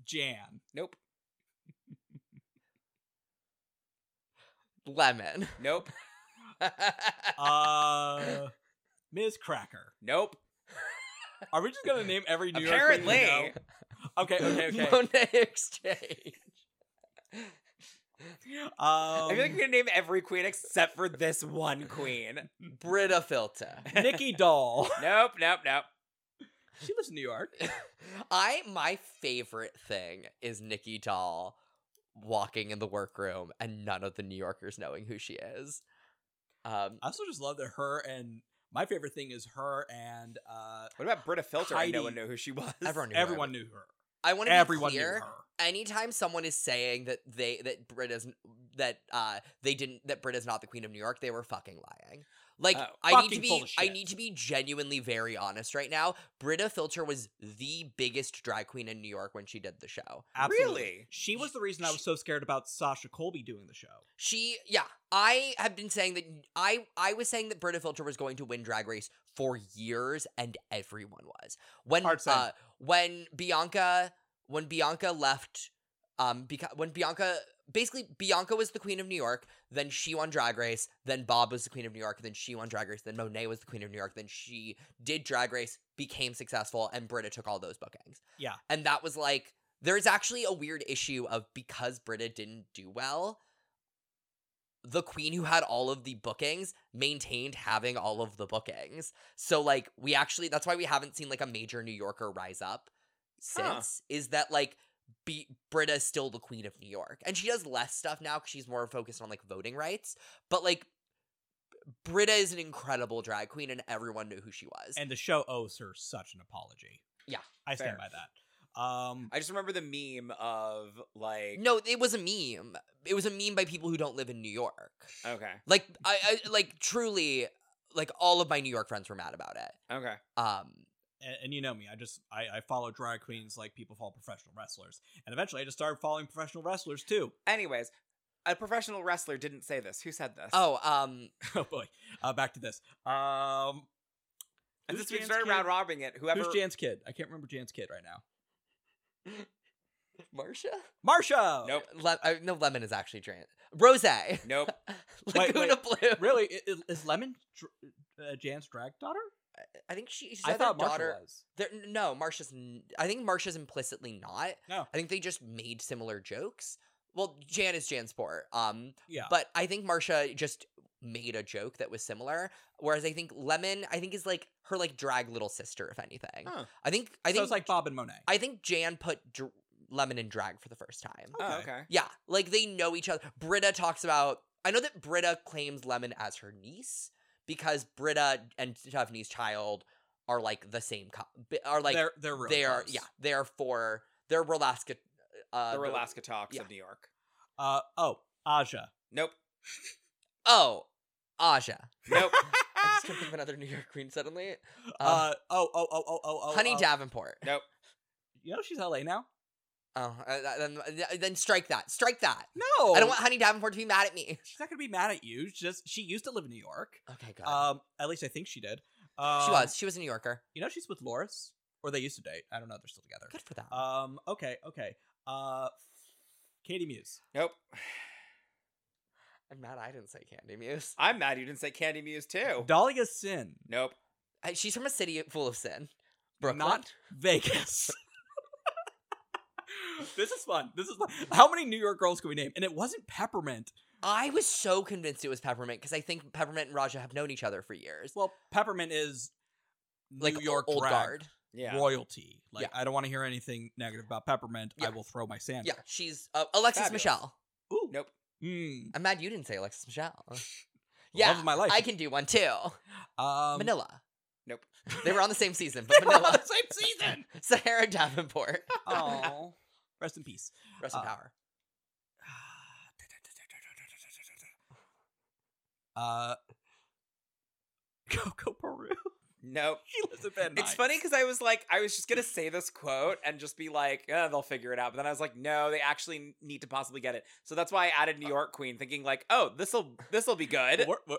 Jan.
Nope.
lemon.
Nope.
Oh, Uh, Ms. Cracker.
Nope.
Are we just gonna name every New
Apparently.
York? Apparently. Okay, okay, okay.
Monet exchange.
Um,
I feel like you're gonna name every queen except for this one queen.
Brita filter.
Nikki Doll.
Nope, nope, nope.
She lives in New York.
I my favorite thing is Nikki Doll walking in the workroom and none of the New Yorkers knowing who she is. Um,
I also just love that her and my favorite thing is her and uh,
What about Britta Filter? I
Heidi.
no one knew who she was.
everyone knew her.
everyone knew her.
I want to
Everyone
be
knew
clear.
her.
Anytime someone is saying that they that Brita's that uh they didn't that Brita's not the queen of New York, they were fucking lying. Like
Oh,
I need
fucking
to
full
be
of
I
shit.
need to be genuinely very honest right now. Brita Filter was the biggest drag queen in New York when she did the show.
Absolutely.
Really?
She was the reason I was so scared about Sasha Colby doing the show.
She, yeah, I have been saying that I I was saying that Brita Filter was going to win Drag Race for years, and everyone was when
Hard sell.
uh, when Bianca when Bianca left um because when Bianca basically Bianca was the queen of New York, then she won Drag Race, then Bob was the queen of New York, then she won Drag Race, then Monet was the queen of New York, then she did Drag Race, became successful, and Brita took all those bookings.
Yeah.
and that was like there's actually a weird issue of because Brita didn't do well the queen who had all of the bookings maintained having all of the bookings. So like we actually that's why we haven't seen like a major New Yorker rise up since
Huh.
is that like be- Britta's still the queen of New York. And she does less stuff now cuz she's more focused on like voting rights, but like Britta is an incredible drag queen and everyone knew who she was.
And the show owes her such an apology.
Yeah,
I stand
fair.
by that. Um,
I just remember the meme of like
no, it was a meme. It was a meme by people who don't live in New York.
Okay.
Like I, I like truly like all of my New York friends were mad about it.
Okay.
Um
and, and you know me, I just I, I follow drag queens like people follow professional wrestlers, and eventually I just started following professional wrestlers too.
Anyways, a professional wrestler didn't say this. Who said this?
Oh, um,
oh boy, uh, back to this. Um,
and
who's
since we
Jan's
started
kid?
round robbing it, whoever
who's Jan's kid? I can't remember Jan's kid right now.
Marcia.
Marsha.
Nope.
Le- I, no, lemon is actually trans. Rose.
Nope.
Wait,
Laguna Blue.
Really? I- i- Is Lemon dr- uh, Jan's drag daughter?
I think she, she's
I
either
thought Marsha
daughter.
was.
They're- No, Marsha's. n- I think Marsha's implicitly not.
No.
I think they just made similar jokes. Well, Jan is Jansport. Um,
Yeah.
but I think Marsha just made a joke that was similar. Whereas I think Lemon, I think is like her like drag little sister, if anything.
Huh.
I think I
so
think
it's like Bob and Monet.
I think Jan put dr- Lemon in drag for the first time.
Oh,
Okay.
okay.
Yeah, like they know each other. Britta talks about. I know that Britta claims Lemon as her niece because Britta and Stephanie's child are like the same. Co- bi- are like
they're they're really
they are.
close.
Yeah, they are for they're Rolaska. Uh,
the Alaska talks
yeah.
of New York.
Uh oh, Aja.
Nope.
Oh, Aja.
Nope.
I just can't think of another New York queen suddenly. Um,
Uh, oh oh oh oh oh oh.
Honey
oh.
Davenport.
nope.
You know she's LA now.
Oh, uh, then, then strike that. Strike that.
No,
I don't want Honey Davenport to be mad at me.
She's not gonna be mad at you. She's Just she used to live in New York.
Okay, God.
Um, at least I think she did. Um,
she was. She was a New Yorker.
You know she's with Loris, or they used to date. I don't know. They're still together.
Good for them.
Um. Okay. Okay. Uh, Katie Muse.
Nope.
I'm mad I didn't say Candy Muse.
I'm mad you didn't say Candy Muse too.
Dahlia Sin.
Nope.
Uh, She's from a city full of sin. Brooklyn.
Not Vegas. this is fun. This is fun. How many New York girls can we name? And it wasn't Peppermint.
I was so convinced it was Peppermint because I think Peppermint and Raja have known each other for years.
Well, Peppermint is New
Like
York
old
drag
guard.
Yeah.
royalty. Like I don't want to hear anything negative about Peppermint. I
Yeah.
will throw my sandwich.
Yeah, she's uh, Alexis
Fabulous.
Michelle.
Ooh.
Nope.
Mm.
I'm mad you didn't say Alexis Michelle.
The
yeah,
love of my life.
I can do one too.
um,
Manila.
Nope.
They were on the same season, but
We're on
Manila.
the same season.
Sahara Davenport.
Oh, rest in peace.
Rest in
Uh,
power.
Uh, Coco Peru.
Nope.
She lives in Van
It's
Nuys.
funny because I was like, I was just gonna say this quote and just be like, eh, they'll figure it out. But then I was like, no, they actually need to possibly get it. So that's why I added New York Queen, thinking like, oh, this'll this'll be good.
We're- we're-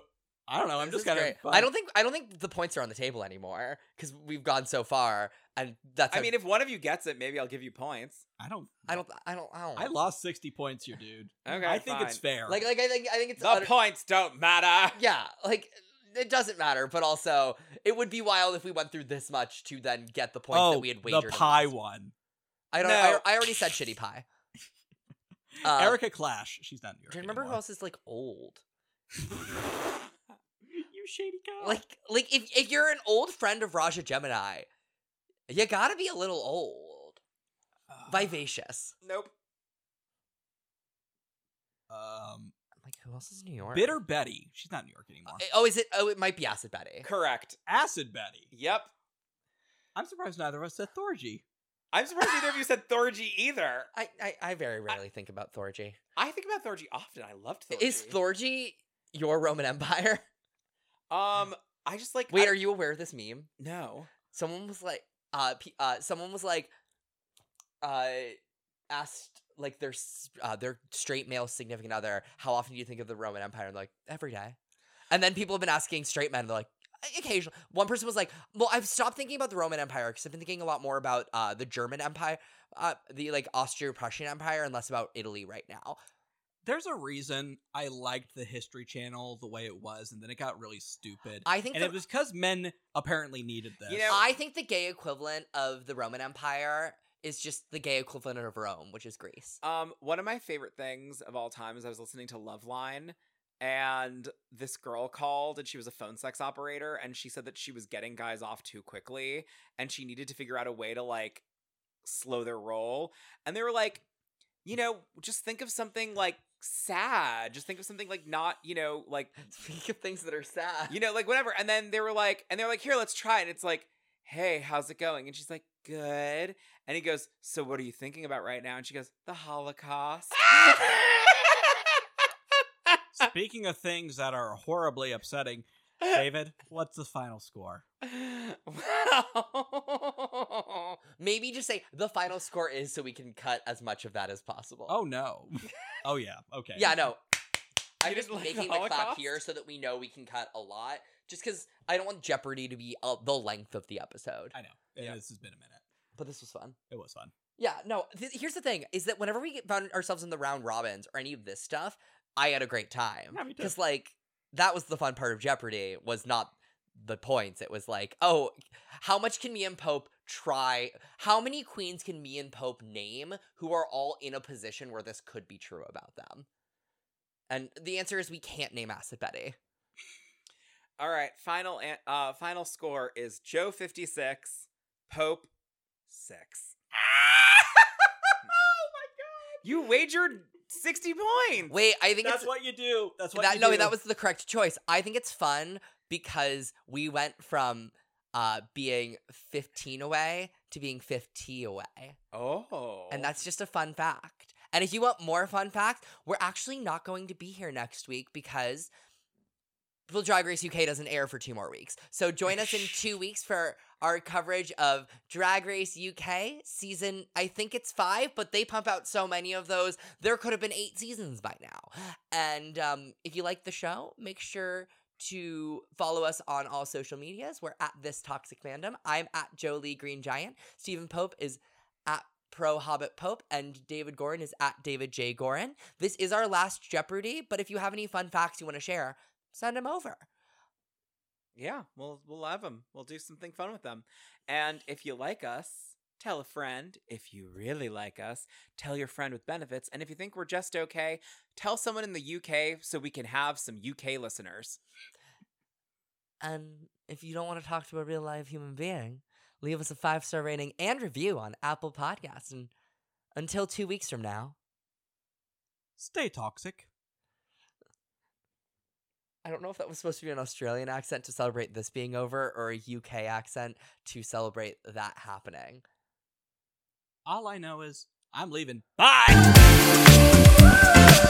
I don't know. I'm
This
just
is
kind of.
great. I don't think I don't think the points are on the table anymore because we've gone so far, and that's.
I
how-
mean, if one of you gets it, maybe I'll give you points.
I don't.
I don't. I don't. I don't.
I lost sixty points here, dude.
Mm,
Okay,
I think it's
fine.
fair.
like. Like I think. I think it's.
The
utter-
points don't matter.
yeah. Like it doesn't matter, but also it would be wild if we went through this much to then get the points
oh,
that we had wagered. on
the pie
last-
one.
I don't.
No.
I, I already said shitty pie. Uh,
Erica Clash. She's not in New York.
Do you remember who
anymore.
else is like old?
you shady guy.
Like, like if if you're an old friend of Raja Gemini, you gotta be a little old, Ah.
Uh,
vivacious.
Nope.
um,
I'm like, who else is in New York?
Bitter Betty. She's not in New York anymore.
Oh, is it? Oh, it might be Acid Betty.
Correct.
Acid Betty.
Yep.
I'm surprised neither of us said Thorgy.
I'm surprised neither of you said Thorgy either.
I, I, I very rarely think about Thorgy.
I think about Thorgy often. I loved Thorgy.
Is Thorgy your Roman Empire?
um, I just like.
Wait,
I-
are you aware of this meme?
no.
Someone was like, uh, p- uh someone was like, uh, asked like their s- uh, their straight male significant other, how often do you think of the Roman Empire? And they're like every day. And then people have been asking straight men, and they're like. Occasionally, one person was like, "Well, I've stopped thinking about the Roman Empire because I've been thinking a lot more about uh, the German Empire, uh, the like Austro-Prussian Empire, and less about Italy right now."
There's a reason I liked the History Channel the way it was, and then it got really stupid.
I think
and
the-
it was because men apparently needed this.
You know-
I think the gay equivalent of the Roman Empire is just the gay equivalent of Rome, which is Greece.
Um, one of my favorite things of all time is I was listening to Loveline, and this girl called, and she was a phone sex operator, and she said that she was getting guys off too quickly, and she needed to figure out a way to like slow their roll. And they were like, you know, just think of something like sad. Just think of something like not, you know, like
Speaking of things that are sad.
you know, like whatever. And then they were like, and they're like, here, let's try. it." And it's like, hey, how's it going? And she's like, good. And he goes, so what are you thinking about right now? And she goes, the Holocaust.
Speaking of things that are horribly upsetting, David, what's the final score?
wow.
Maybe just say the final score is so we can cut as much of that as possible.
Oh no. Oh yeah. Okay.
yeah, no. I'm
You
just
didn't like the
making the, clap
Holocaust?
here so that we know we can cut a lot, just because I don't want Jeopardy to be uh, the length of the episode.
I know. And
Yeah.
This has been a minute.
But this was fun.
It was fun.
Yeah, no. Th- here's the thing: is that whenever we get found ourselves in the round robins or any of this stuff, I had a great time
Yeah, me too.
because, like, that was the fun part of Jeopardy was not the points. It was like, oh, how much can me and Pope try? How many queens can me and Pope name who are all in a position where this could be true about them? And the answer is we can't name Acid Betty.
All right. Final, an- uh, final score is Joe 56, Pope 6. You wagered 60 points.
Wait, I think it's
That's what you do. That's what
that,
you
no,
do.
that was the correct choice. I think it's fun because we went from uh being 15 away to being 50 away.
Oh.
And that's just a fun fact. And if you want more fun facts, we're actually not going to be here next week because Will Drag Race UK doesn't air for two more weeks. So join us in two weeks for our coverage of Drag Race UK season, I think it's five, but they pump out so many of those. There could have been eight seasons by now. And um, if you like the show, make sure to follow us on all social medias. We're at This Toxic Fandom. I'm at Jolie Green Giant. Stephen Pope is at Pro Hobbit Pope, and David Gorin is at David J. Gorin. This is our last Jeopardy, but if you have any fun facts you want to share, send them over.
Yeah, we'll we'll love them. We'll do something fun with them. And if you like us, tell a friend. If you really like us, tell your friend with benefits. And if you think we're just okay, tell someone in the UK so we can have some UK listeners.
And if you don't want to talk to a real live human being, leave us a five star rating and review on Apple Podcasts. And until two weeks from now,
Stay toxic.
I don't know if that was supposed to be an Australian accent to celebrate this being over or a UK accent to celebrate that happening.
All I know is I'm leaving. Bye.